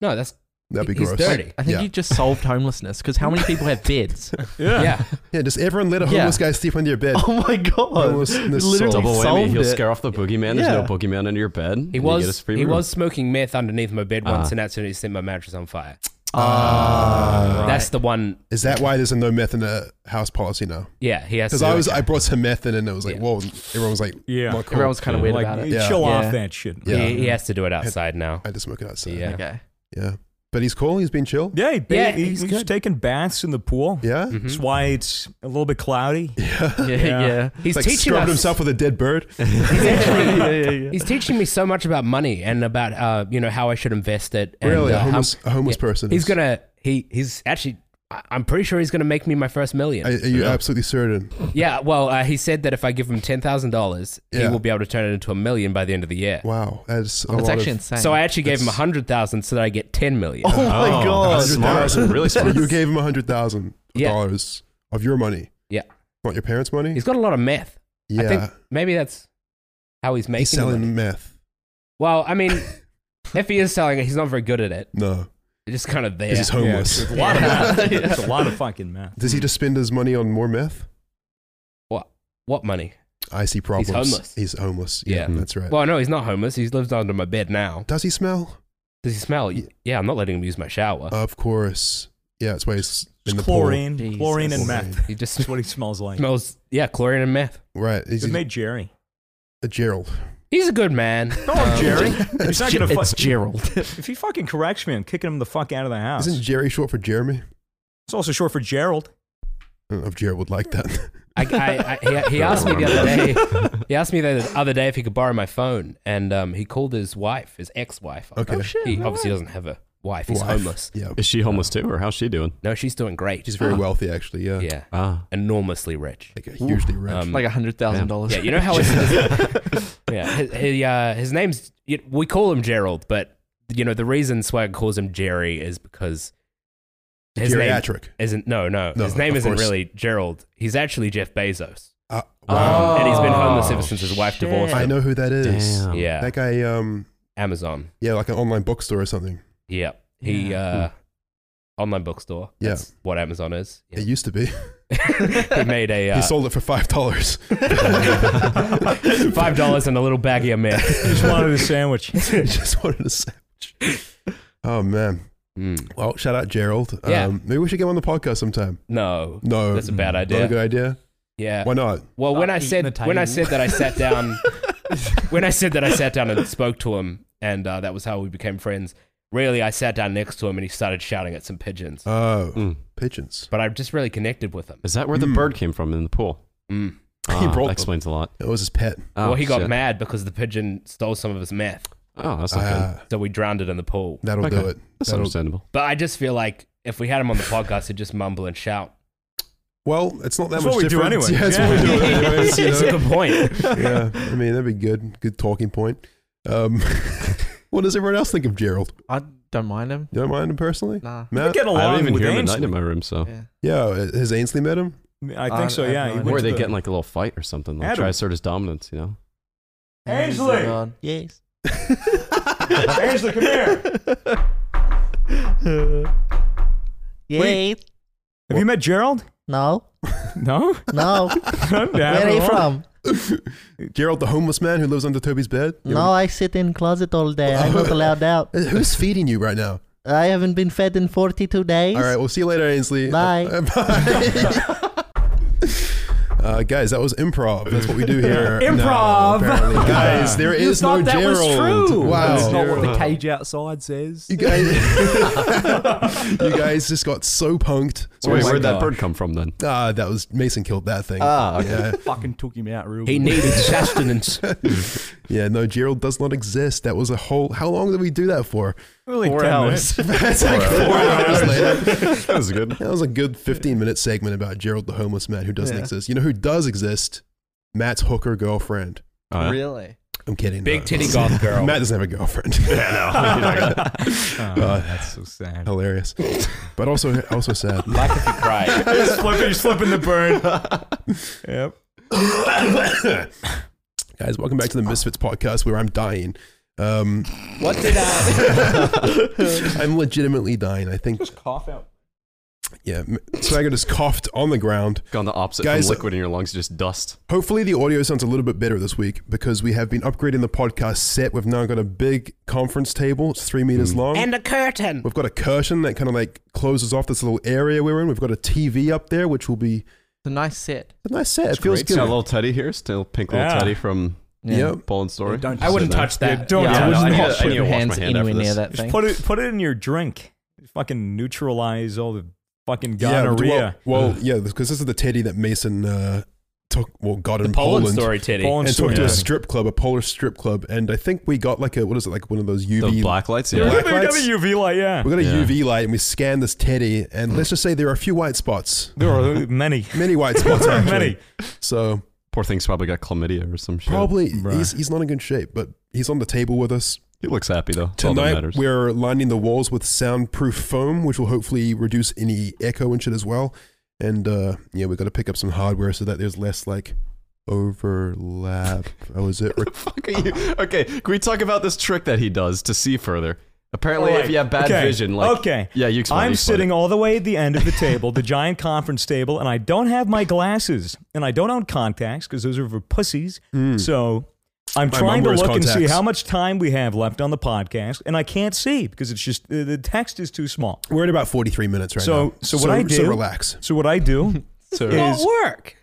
Speaker 5: No, that's
Speaker 1: That'd be
Speaker 5: He's
Speaker 1: gross.
Speaker 5: dirty.
Speaker 6: I think
Speaker 1: Yeah.
Speaker 6: you just solved homelessness because how many people have beds?
Speaker 5: yeah.
Speaker 1: Yeah, just everyone let a homeless guy sleep under your bed.
Speaker 6: oh my god!
Speaker 1: Homelessness
Speaker 6: Literally
Speaker 1: solved.
Speaker 4: Double whammy.
Speaker 6: solved
Speaker 4: He'll
Speaker 6: it.
Speaker 4: scare off the boogeyman. There's no
Speaker 6: Yeah.
Speaker 4: boogeyman under your bed. and
Speaker 5: He
Speaker 4: you get a
Speaker 5: was
Speaker 4: free
Speaker 5: he
Speaker 4: room.
Speaker 5: was smoking meth underneath my bed once,
Speaker 4: Ah.
Speaker 5: and accidentally set my mattress on fire.
Speaker 1: Ah.
Speaker 6: Right.
Speaker 5: That's the one.
Speaker 1: Is that why there's a no meth in the house policy now?
Speaker 5: Yeah, he has.
Speaker 1: Because
Speaker 5: to
Speaker 1: I
Speaker 5: do
Speaker 1: was,
Speaker 5: it.
Speaker 1: I brought some meth in, and it was like,
Speaker 5: Yeah.
Speaker 1: whoa! Everyone was like,
Speaker 3: yeah.
Speaker 1: not cool.
Speaker 6: Everyone was kind of weird
Speaker 3: like,
Speaker 6: about it.
Speaker 1: Yeah.
Speaker 3: chill
Speaker 6: Yeah.
Speaker 3: off that shit.
Speaker 1: Yeah.
Speaker 5: he, he has to do it outside now.
Speaker 1: I had to smoke it outside.
Speaker 5: Yeah.
Speaker 6: Okay.
Speaker 1: yeah. But he's cool. He's been chill.
Speaker 3: Yeah, he,
Speaker 5: Yeah,
Speaker 3: he-
Speaker 5: he's
Speaker 3: he's
Speaker 5: good.
Speaker 3: taking baths in the pool.
Speaker 1: Yeah.
Speaker 5: Mm-hmm.
Speaker 3: That's why it's a little bit cloudy.
Speaker 6: Yeah,
Speaker 3: Yeah.
Speaker 6: yeah.
Speaker 5: He's
Speaker 1: Like
Speaker 5: teaching
Speaker 1: scrubbed
Speaker 5: us.
Speaker 1: himself with a dead bird.
Speaker 5: He's, actually-
Speaker 6: yeah, yeah, yeah.
Speaker 5: he's teaching me so much about money and about uh, you know how I should invest it. And,
Speaker 1: really,
Speaker 5: uh,
Speaker 1: a
Speaker 5: how-
Speaker 1: homeless, a homeless person.
Speaker 5: he's
Speaker 1: is-
Speaker 5: gonna he he's actually. I- I'm pretty sure he's gonna make me my first million.
Speaker 1: Are, are you absolutely certain?
Speaker 5: yeah, well, uh, he said that if I give him ten thousand dollars, he
Speaker 1: Yeah.
Speaker 5: will be able to turn it into a million by the end of the year.
Speaker 1: Wow, that's a
Speaker 6: That's
Speaker 1: lot
Speaker 6: actually
Speaker 1: of,
Speaker 6: insane.
Speaker 5: So I actually gave him a
Speaker 1: That's-
Speaker 5: hundred thousand so that I get ten million.
Speaker 6: oh my
Speaker 4: Oh,
Speaker 6: god,
Speaker 4: that's smart. Really smart.
Speaker 1: You gave him a hundred thousand
Speaker 5: Yeah.
Speaker 1: dollars of your money.
Speaker 5: Yeah.
Speaker 1: not your parents' money.
Speaker 5: He's got a lot of meth.
Speaker 1: yeah,
Speaker 5: I think maybe that's how he's making.
Speaker 1: he's selling
Speaker 5: it.
Speaker 1: meth.
Speaker 5: Well, I mean, if he is selling it, he's not very good at it.
Speaker 1: No,
Speaker 5: It's just kind of there.
Speaker 1: he's just homeless.
Speaker 3: Yeah, it's a lot of
Speaker 6: Yeah.
Speaker 3: meth.
Speaker 6: Yeah.
Speaker 3: It's a lot of fucking meth.
Speaker 1: Does he just spend his money on more meth?
Speaker 5: what money?
Speaker 1: I see problems.
Speaker 5: homeless.
Speaker 1: He's homeless. Yeah,
Speaker 5: Yeah.
Speaker 1: that's right.
Speaker 5: Well, no, he's not homeless. He lives under my bed now.
Speaker 1: Does he smell?
Speaker 5: Does he smell? Y- Yeah, I'm not letting him use my shower.
Speaker 1: Of course. Yeah, that's why he's in
Speaker 3: It's
Speaker 1: the
Speaker 3: chlorine,
Speaker 6: Jesus.
Speaker 3: chlorine
Speaker 1: pool.
Speaker 3: and meth.
Speaker 5: he just
Speaker 3: That's what he smells like.
Speaker 5: smells. Yeah, chlorine and meth.
Speaker 1: Right. He's,
Speaker 3: It made Jerry.
Speaker 1: a Gerald. Um,
Speaker 5: He's a good man.
Speaker 3: Come on, Oh, Jerry. He's not gonna
Speaker 6: it's
Speaker 3: fuck.
Speaker 6: Gerald.
Speaker 3: If he fucking corrects me, I'm kicking him the fuck out of the house.
Speaker 1: Isn't Jerry short for Jeremy?
Speaker 3: It's also short for Gerald.
Speaker 1: I don't know if Gerald would like that.
Speaker 5: I, I, I, he, he asked me the other day. He asked me the other day if he could borrow my phone, and um, he called his wife, his ex-wife.
Speaker 1: Okay. Oh, shit,
Speaker 5: he obviously doesn't have a wife. He's
Speaker 1: Wife.
Speaker 5: homeless.
Speaker 1: Yeah.
Speaker 4: Is she homeless too, or how's she doing?
Speaker 5: No, she's doing great.
Speaker 1: He's
Speaker 3: Uh.
Speaker 1: very wealthy, actually. Yeah.
Speaker 5: yeah,
Speaker 4: Ah,
Speaker 5: enormously rich.
Speaker 1: Like a hugely rich.
Speaker 5: Um,
Speaker 6: like a hundred thousand dollars.
Speaker 5: yeah, you know how it's, yeah, his, he, uh, his name's you we call him Gerald, but you know the reason Swag calls him Jerry is because his name
Speaker 1: Geriatric.
Speaker 5: isn't no no,
Speaker 1: No,
Speaker 5: his name
Speaker 1: of
Speaker 5: isn't
Speaker 1: course.
Speaker 5: really Gerald. He's actually Jeff Bezos, Um,
Speaker 1: Uh,
Speaker 6: Oh.
Speaker 1: wow.
Speaker 5: and he's been homeless ever
Speaker 4: Oh,
Speaker 5: since his wife
Speaker 6: shit.
Speaker 5: divorced.
Speaker 1: I
Speaker 5: him.
Speaker 1: know who that is.
Speaker 4: damn.
Speaker 5: Yeah,
Speaker 1: That guy, um,
Speaker 5: Amazon.
Speaker 1: yeah, like an online bookstore or something.
Speaker 5: Yeah, he
Speaker 6: Yeah.
Speaker 5: uh, online bookstore.
Speaker 1: Hmm. Yeah.
Speaker 5: That's what Amazon is. Yeah.
Speaker 1: It used to be.
Speaker 5: he made a uh,
Speaker 1: He sold it for five dollars.
Speaker 5: five dollars and a little baggie of meth.
Speaker 3: He just wanted a sandwich.
Speaker 1: Just wanted a sandwich. Oh man!
Speaker 5: Mm.
Speaker 1: Well, shout out Gerald.
Speaker 5: Yeah.
Speaker 1: Um, maybe we should get him on the podcast sometime.
Speaker 5: No,
Speaker 1: No, Hmm.
Speaker 5: that's a bad
Speaker 1: not a
Speaker 5: idea.
Speaker 1: good idea.
Speaker 5: Yeah.
Speaker 1: Why not?
Speaker 5: Well, when
Speaker 6: Stop
Speaker 5: I said
Speaker 6: eating the
Speaker 5: when I
Speaker 6: table.
Speaker 5: said that I sat down, when I said that I sat down and spoke to him, and uh, that was how we became friends. Really, I sat down next to him and he started shouting at some pigeons.
Speaker 1: Oh,
Speaker 4: Mm.
Speaker 1: pigeons.
Speaker 5: But I just really connected with him.
Speaker 4: Is that where the
Speaker 1: Mm.
Speaker 4: bird came from in the pool?
Speaker 5: Mm.
Speaker 1: He
Speaker 4: Ah,
Speaker 1: brought
Speaker 4: that
Speaker 1: them.
Speaker 4: explains a lot.
Speaker 1: It was his pet.
Speaker 4: Oh,
Speaker 5: well, he got
Speaker 4: shit.
Speaker 5: mad because the pigeon stole some of his meth,
Speaker 4: Oh, that's not good.
Speaker 1: Ah,
Speaker 5: so we drowned it in the pool.
Speaker 1: that'll do
Speaker 4: Okay.
Speaker 1: it.
Speaker 4: That's
Speaker 1: that'll-
Speaker 4: understandable.
Speaker 5: But I just feel like if we had him on the podcast, he'd just mumble and shout.
Speaker 1: Well, it's not that
Speaker 3: That's
Speaker 1: much
Speaker 3: what we do
Speaker 1: different.
Speaker 3: anyway.
Speaker 1: Yeah, that's
Speaker 3: Yeah.
Speaker 1: what we do anyways, you
Speaker 5: It's a
Speaker 1: know?
Speaker 5: good point.
Speaker 1: yeah, I mean that'd be good. Good talking point. Um, what does everyone else think of Gerald?
Speaker 6: I don't mind him.
Speaker 1: You don't mind him personally?
Speaker 6: Nah.
Speaker 3: I'm
Speaker 1: Matt?
Speaker 3: getting
Speaker 4: I
Speaker 3: along
Speaker 4: don't even
Speaker 3: with
Speaker 4: hear him at night
Speaker 3: Ainsley.
Speaker 4: in my room, so.
Speaker 6: Yeah.
Speaker 1: Yeah, has Ainsley met him?
Speaker 3: I think
Speaker 6: I-
Speaker 3: so.
Speaker 6: I have no
Speaker 3: Yeah, he
Speaker 6: idea.
Speaker 3: went
Speaker 4: Or
Speaker 3: to
Speaker 4: they
Speaker 3: the-
Speaker 4: get in like a little fight or something. Like
Speaker 3: Adam.
Speaker 4: try to assert his dominance, you know?
Speaker 3: Ainsley!
Speaker 6: God. Yes.
Speaker 3: Ainsley, come here.
Speaker 8: Wait,
Speaker 3: Have you met Gerald?
Speaker 8: no,
Speaker 3: No.
Speaker 8: no. Where are you from?
Speaker 1: Gerald, the homeless man who lives under Toby's bed.
Speaker 5: Mm.
Speaker 1: You
Speaker 8: No, I sit in closet all day. I'm not allowed out.
Speaker 1: ever- Who's feeding you right now?
Speaker 8: I haven't been fed in 42 days.
Speaker 1: All right, we'll see you later, Ainsley.
Speaker 8: Bye.
Speaker 1: Uh, bye. Uh, guys, that was improv. That's what we do here. No,
Speaker 2: Improv.
Speaker 1: apparently. guys, there
Speaker 2: You
Speaker 1: is no
Speaker 2: thought that was
Speaker 1: Gerald.
Speaker 2: true.
Speaker 1: Wow.
Speaker 2: That's not what the cage outside says.
Speaker 1: you guys, you guys just got so punked.
Speaker 4: So,
Speaker 2: Oh
Speaker 4: wait,
Speaker 2: my
Speaker 4: where'd that
Speaker 2: gosh.
Speaker 4: bird come from then?
Speaker 1: Ah, that was Mason killed that thing.
Speaker 4: Ah,
Speaker 1: Yeah,
Speaker 2: Fucking took him out real
Speaker 5: He
Speaker 2: good.
Speaker 5: needed sustenance.
Speaker 1: yeah. No, Gerald does not exist. That was a whole. How long did we do that for?
Speaker 3: Really
Speaker 6: Four
Speaker 3: 10
Speaker 6: hours.
Speaker 1: That's like four hours later.
Speaker 4: that was good.
Speaker 1: That was a good 15 minute segment about Gerald the homeless man who doesn't
Speaker 6: Yeah.
Speaker 1: exist. You know who does exist? Matt's hooker girlfriend.
Speaker 4: Uh,
Speaker 6: Really?
Speaker 1: I'm kidding.
Speaker 5: Big
Speaker 1: no.
Speaker 5: titty goth girl.
Speaker 1: Matt doesn't have a girlfriend.
Speaker 3: minutes.
Speaker 1: Uh,
Speaker 3: oh, that's so sad.
Speaker 1: Hilarious. But also also sad.
Speaker 5: Like if you cried.
Speaker 3: he's, flipping, he's flipping the bird. yep.
Speaker 1: Guys, welcome back to the Misfits podcast where I'm dying. Um,
Speaker 5: What did I?
Speaker 1: I'm legitimately dying. I think,
Speaker 3: Cough out.
Speaker 1: yeah. M- Swagger just coughed on the ground.
Speaker 4: Gone the opposite
Speaker 1: Guys,
Speaker 4: from liquid in your lungs, just dust.
Speaker 1: Hopefully, the audio sounds a little bit better this week because we have been upgrading the podcast set. We've now got a big conference table. It's three meters long.
Speaker 5: And a curtain.
Speaker 1: We've got a curtain that kind of like closes off this little area we're in. We've got a TV up there, which will be
Speaker 6: It's a nice set.
Speaker 1: a nice set.
Speaker 4: It's
Speaker 1: It feels
Speaker 4: great.
Speaker 1: good.
Speaker 4: See that little teddy here, still pink little
Speaker 3: Yeah.
Speaker 4: teddy from
Speaker 1: Yep.
Speaker 4: Paul and Story.
Speaker 2: Don't
Speaker 5: I wouldn't
Speaker 4: Sitting there.
Speaker 5: touch that.
Speaker 3: Yeah, don't-
Speaker 6: yeah,
Speaker 3: I
Speaker 6: I
Speaker 3: wouldn't
Speaker 6: wouldn't
Speaker 3: wash-
Speaker 6: put
Speaker 4: I need to
Speaker 6: your
Speaker 4: wash my
Speaker 6: hands
Speaker 4: hand
Speaker 6: anywhere
Speaker 4: after
Speaker 6: near
Speaker 4: this.
Speaker 6: that
Speaker 3: Just
Speaker 6: thing.
Speaker 3: put it, put it in your drink. fucking neutralize all the fucking
Speaker 1: Yeah, well,
Speaker 3: gonorrhea.
Speaker 1: Well, yeah, because this is the teddy that Mason uh, took, well, got
Speaker 5: The
Speaker 1: in
Speaker 5: Poland,
Speaker 1: Poland,
Speaker 5: story, Teddy.
Speaker 3: Poland
Speaker 1: and took
Speaker 3: story.
Speaker 1: to
Speaker 3: Yeah.
Speaker 1: a strip club, a Polish strip club, and I think we got like a what is it like one of those
Speaker 4: The
Speaker 1: UV.
Speaker 4: black lights,
Speaker 3: Yeah,
Speaker 4: yeah.
Speaker 1: Black
Speaker 3: we got
Speaker 1: lights?
Speaker 3: the UV light, yeah.
Speaker 1: we got a
Speaker 4: Yeah.
Speaker 1: UV light and we scanned this teddy, and let's just say there are a few white spots,
Speaker 3: There are many.
Speaker 1: many white spots actually.
Speaker 3: many.
Speaker 1: So
Speaker 4: Poor thing's probably got chlamydia or some shit.
Speaker 1: probably
Speaker 3: Bruh.
Speaker 1: he's, he's not in good shape, but he's on the table with us
Speaker 4: He looks happy though. That's all that
Speaker 1: tonight.
Speaker 4: matters.
Speaker 1: We're lining the walls with soundproof foam, which will hopefully reduce any echo and shit as well. And uh, yeah, we got to pick up some hardware so that there's less like overlap. Oh, is it?
Speaker 4: the fuck are you? Okay, can we talk about this trick that he does to see further? Apparently, if
Speaker 3: Alright,
Speaker 4: you have bad
Speaker 3: okay,
Speaker 4: vision, like
Speaker 3: okay.
Speaker 4: yeah, you explain.
Speaker 3: I'm
Speaker 4: you explain
Speaker 3: sitting
Speaker 4: it.
Speaker 3: all the way at the end of the table, the giant conference table, and I don't have my glasses, and I don't own contacts because those are for pussies.
Speaker 4: Hmm.
Speaker 3: So I'm
Speaker 1: My
Speaker 3: trying
Speaker 1: mom
Speaker 3: to
Speaker 1: wears
Speaker 3: look and see
Speaker 1: contacts.
Speaker 3: how much time we have left on the podcast, and I can't see because it's just uh, the text is too small.
Speaker 1: We're at about 43 minutes right
Speaker 3: So-
Speaker 1: now.
Speaker 3: so what I
Speaker 1: So
Speaker 3: do-
Speaker 1: relax.
Speaker 3: So what I do is
Speaker 5: work.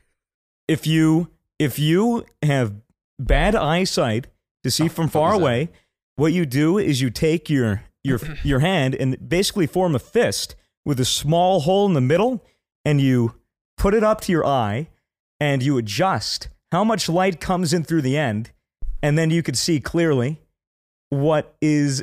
Speaker 3: if you if you have bad eyesight to see from far
Speaker 4: was that?
Speaker 3: away, what you do is you take your your your hand and basically form a fist with a small hole in the middle, and you put it up to your eye, and you adjust how much light comes in through the end, and then you could see clearly what is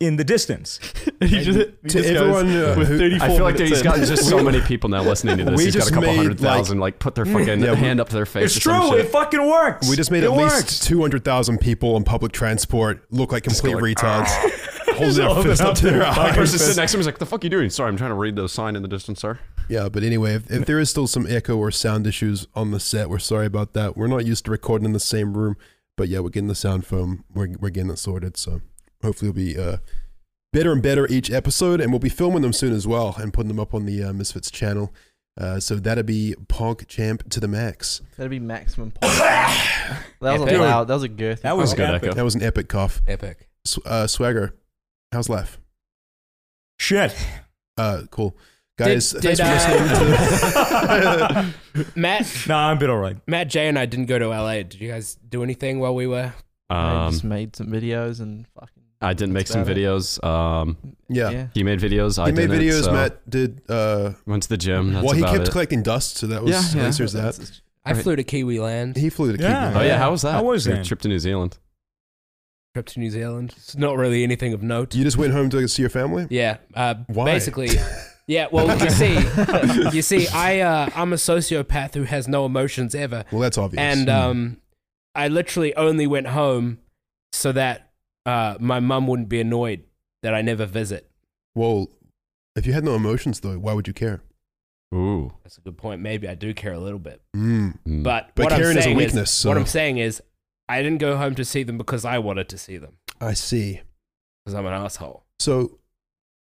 Speaker 3: in the distance.
Speaker 1: To everyone uh, who-
Speaker 4: I feel like he's gotten just so many people now listening to this.
Speaker 1: We
Speaker 4: He's got
Speaker 1: just
Speaker 4: a couple
Speaker 1: made,
Speaker 4: hundred
Speaker 1: like-
Speaker 4: thousand. Like, put their fucking
Speaker 1: Yeah, we-
Speaker 4: hand up to their face.
Speaker 3: It's
Speaker 4: or some
Speaker 3: true.
Speaker 4: shit.
Speaker 3: It fucking works.
Speaker 1: we just made
Speaker 3: it
Speaker 1: at least
Speaker 3: works.
Speaker 1: 200,000 people on public transport look like complete retards. Holding their fist up to their
Speaker 4: Or
Speaker 1: eyes.
Speaker 4: just sitting next to him, he's like, "The fuck you doing?" Sorry, I'm trying to read the sign in the distance, sir.
Speaker 1: Yeah, but anyway, if, if there is still some echo or sound issues on the set, we're sorry about that. We're not used to recording in the same room, but yeah, we're getting the sound foam. We're, we're getting it sorted. So hopefully it'll be uh, better and better each episode. And we'll be filming them soon as well and putting them up on the uh, Misfits channel. Uh, so that'll be Punk Champ to the max.
Speaker 6: That'd be maximum. pop. that was
Speaker 5: Epic.
Speaker 6: a loud. That was a girthy.
Speaker 3: That was
Speaker 6: pop.
Speaker 3: good.
Speaker 4: echo.
Speaker 1: That was an epic cough.
Speaker 5: Epic.
Speaker 1: S- uh, Swagger, how's life?
Speaker 3: Shit.
Speaker 1: Uh, cool. Guys,
Speaker 5: Did- uh,
Speaker 1: thanks
Speaker 5: did,
Speaker 1: for listening to
Speaker 5: Matt,
Speaker 3: Nah, I'm a bit all right.
Speaker 5: Matt J, and I didn't go to LA. Did you guys do anything while we were?
Speaker 6: I just
Speaker 4: Um,
Speaker 6: made some videos and fucking.
Speaker 4: I didn't make
Speaker 6: That's
Speaker 4: some
Speaker 6: about it.
Speaker 4: videos. Um,
Speaker 1: Yeah.
Speaker 4: he made videos. I
Speaker 1: He made
Speaker 4: didn't,
Speaker 1: videos.
Speaker 4: so
Speaker 1: Matt did. Uh,
Speaker 4: went to the gym. That's
Speaker 1: well, he
Speaker 4: about
Speaker 1: kept
Speaker 4: it.
Speaker 1: collecting dust, so that was
Speaker 4: Yeah, yeah.
Speaker 1: answers that.
Speaker 5: I flew to Kiwi Land,
Speaker 1: He flew to
Speaker 3: Yeah.
Speaker 1: Cuba.
Speaker 4: Oh yeah, how was that?
Speaker 3: How was
Speaker 4: Your
Speaker 3: that?
Speaker 4: trip to New Zealand?
Speaker 5: trip to New Zealand. It's not really anything of note.
Speaker 1: You just went home to see your family.
Speaker 5: Yeah. Uh,
Speaker 1: Why?
Speaker 5: Basically, yeah. Well, you see, you see, I uh, I'm a sociopath who has no emotions ever,
Speaker 1: Well, that's obvious. Hmm.
Speaker 5: and um, I literally only went home so that uh, my mum wouldn't be annoyed that I never visit.
Speaker 1: well, if you had no emotions though, why would you care?
Speaker 4: Ooh,
Speaker 5: That's a good point. Maybe I do care a little bit,
Speaker 1: Mm.
Speaker 4: Mm.
Speaker 5: but,
Speaker 1: But
Speaker 5: what I'm
Speaker 1: Karen is a
Speaker 5: saying
Speaker 1: weakness. so
Speaker 5: what I'm saying is, I didn't go home to see them because I wanted to see them
Speaker 1: I see.
Speaker 5: because I'm an asshole.
Speaker 1: So,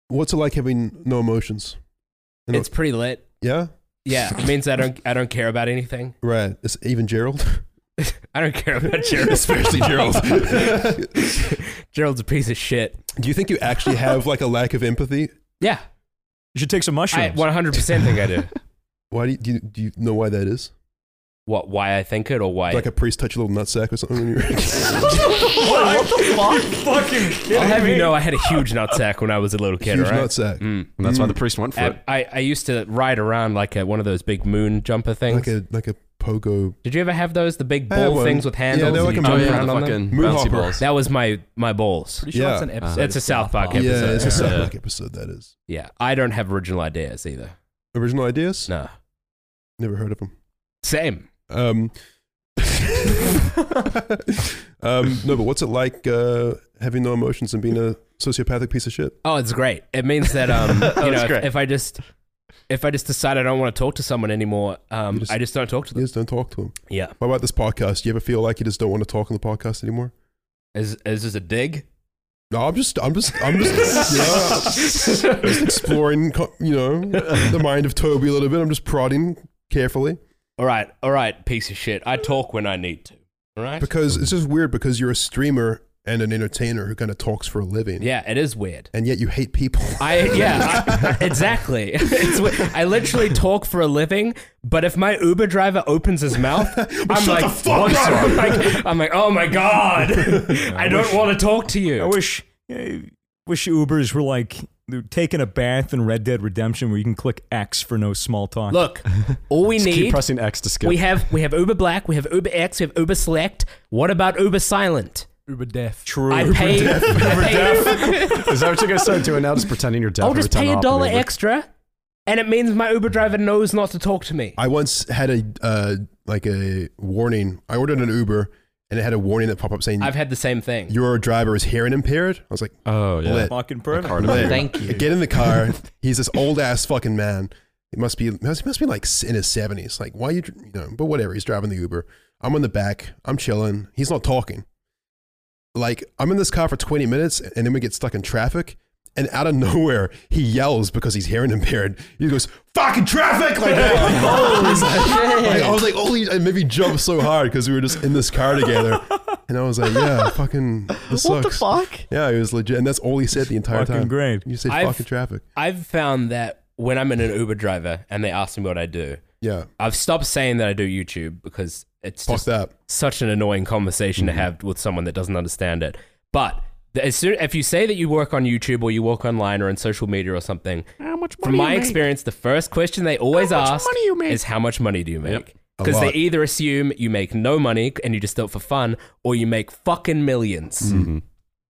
Speaker 1: what's it like having no emotions? You know-
Speaker 5: It's pretty lit.
Speaker 1: Yeah,
Speaker 5: Yeah, it means I don't I don't care about anything.
Speaker 1: right. It's even Gerald,
Speaker 5: I don't care about Gerald.
Speaker 1: especially Gerald.
Speaker 5: Gerald's a piece of shit.
Speaker 1: Do you think you actually have like a lack of empathy?
Speaker 5: Yeah,
Speaker 3: You should take some
Speaker 5: I
Speaker 3: mushrooms.
Speaker 5: 100 percent think I do.
Speaker 1: Why do you, do you, do you know why that is?
Speaker 5: What? Why I think it or why?
Speaker 1: Like a priest touch your little nutsack or something. When you're
Speaker 3: What the fuck? You fucking
Speaker 5: I'll
Speaker 3: kidding
Speaker 5: have
Speaker 3: me?
Speaker 5: you know, I had a huge nutsack when I was a little kid.
Speaker 1: huge
Speaker 5: all right?
Speaker 1: nutsack,
Speaker 5: Mm.
Speaker 4: And that's why
Speaker 1: Mm.
Speaker 4: the priest went for
Speaker 5: I,
Speaker 4: it.
Speaker 5: I, I used to ride around like a, one of those big moon jumper things.
Speaker 1: like a like a pogo.
Speaker 5: Did you ever have those? The big
Speaker 1: I had
Speaker 5: ball
Speaker 1: one.
Speaker 5: things with
Speaker 1: Yeah,
Speaker 5: handles.
Speaker 1: they were
Speaker 5: and you
Speaker 1: like a
Speaker 5: jump
Speaker 1: moon-
Speaker 5: around
Speaker 4: the
Speaker 5: on them?
Speaker 4: fucking
Speaker 1: Moon
Speaker 4: bouncy
Speaker 1: hopper.
Speaker 4: balls.
Speaker 5: That was my my balls.
Speaker 2: Pretty sure
Speaker 1: Yeah.
Speaker 2: that's an episode.
Speaker 4: Uh,
Speaker 5: it's
Speaker 2: of
Speaker 5: a South Park
Speaker 1: Yeah,
Speaker 5: episode.
Speaker 1: it's a South
Speaker 4: Yeah.
Speaker 1: Park episode. That is
Speaker 5: Yeah, I don't have original ideas either.
Speaker 1: original ideas.
Speaker 5: No,
Speaker 1: Never heard of them.
Speaker 5: same.
Speaker 1: Um, um, no, but what's it like uh, having no emotions and being a sociopathic piece of shit?
Speaker 5: Oh, it's great. It means that um, you know,
Speaker 4: That's
Speaker 5: if,
Speaker 4: great.
Speaker 5: if I just if I just decide I don't want to talk to someone anymore, um,
Speaker 1: You just-
Speaker 5: I just don't talk to
Speaker 1: You
Speaker 5: them.
Speaker 1: just don't talk to him.
Speaker 5: Yeah,
Speaker 1: What about this podcast? Do you ever feel like you just don't want to talk on the podcast anymore?
Speaker 5: is is this a dig?
Speaker 1: No, I'm just, I'm just, I'm just, you know, I'm just exploring, co- you know, the mind of Toby a little bit. I'm just prodding carefully
Speaker 5: All right, all right, piece of shit. I talk when I need to. All right.
Speaker 1: because it's just weird because you're a streamer and an entertainer who kind of talks for a living,
Speaker 5: Yeah, it is weird.
Speaker 1: and yet you hate people.
Speaker 5: I yeah, I- exactly. It's, weird. I literally talk for a living, but if my Uber driver opens his mouth, I'm
Speaker 1: shut
Speaker 5: like,
Speaker 1: the fuck
Speaker 5: "What's
Speaker 1: up."
Speaker 5: wrong?" Like, I'm like, oh my god, I don't want to talk to
Speaker 3: I
Speaker 5: you.
Speaker 3: wish, I wish Ubers were like they're taking a bath in Red Dead Redemption where you can click X for no small talk.
Speaker 5: Look, all we
Speaker 4: Just keep
Speaker 5: need
Speaker 4: pressing X to skip.
Speaker 5: we have we have Uber Black, we have Uber X, we have Uber Select. What about Uber Silent?
Speaker 2: Uber deaf.
Speaker 3: True.
Speaker 5: I pay. I pay
Speaker 4: Is that what you're gonna start doing now? Just pretending you're deaf.
Speaker 5: I'll just
Speaker 4: every time
Speaker 5: pay
Speaker 4: I
Speaker 5: a
Speaker 4: hop
Speaker 5: dollar
Speaker 4: in Uber?
Speaker 5: extra, and it means my Uber driver knows not to talk to me.
Speaker 1: I once had a uh, like a warning. I ordered an Uber and it had a warning that pop up saying
Speaker 5: I've had the same thing.
Speaker 1: your driver is hearing impaired. I was like,
Speaker 4: Oh yeah.
Speaker 1: Lit.
Speaker 3: Fucking
Speaker 4: Like
Speaker 3: perfect.
Speaker 4: hard
Speaker 1: Lit.
Speaker 4: impaired.
Speaker 6: Thank you.
Speaker 1: get in the car. He's this old ass fucking man. He must be must, must be like s- in his seventies. Like why you dr- you know? But whatever. He's driving the Uber. I'm in the back. I'm chilling. He's not talking. Like I'm in this car for 20 minutes, and then we get stuck in traffic. And out of nowhere, he yells because he's hearing impaired. He goes, "Fucking traffic!" Like that. He's like- like, I was like, "Holy!" I maybe jumped so hard because we were just in this car together. And I was like, "Yeah, fucking this
Speaker 6: What the
Speaker 1: sucks."
Speaker 6: fuck?
Speaker 1: Yeah, he was legit, and that's all he said the entire
Speaker 3: Fucking
Speaker 1: time.
Speaker 3: great.
Speaker 1: You say
Speaker 5: I've-
Speaker 1: fucking traffic.
Speaker 5: I've found that when I'm in an Uber driver and they ask me what I do,
Speaker 1: Yeah,
Speaker 5: I've stopped saying that I do YouTube because it's
Speaker 1: fuck
Speaker 5: just
Speaker 1: that.
Speaker 5: such an annoying conversation to have with someone that doesn't understand it. But th- as soon, if you say that you work on YouTube or you work online or in social media or something,
Speaker 7: How much
Speaker 5: from my experience, the first question they always
Speaker 7: much
Speaker 5: ask
Speaker 7: money you make?
Speaker 5: is how much money do you make?
Speaker 1: A
Speaker 5: Because they
Speaker 1: lot.
Speaker 5: either assume you make no money and you just do it for fun, or you make fucking millions.
Speaker 4: Mm-hmm.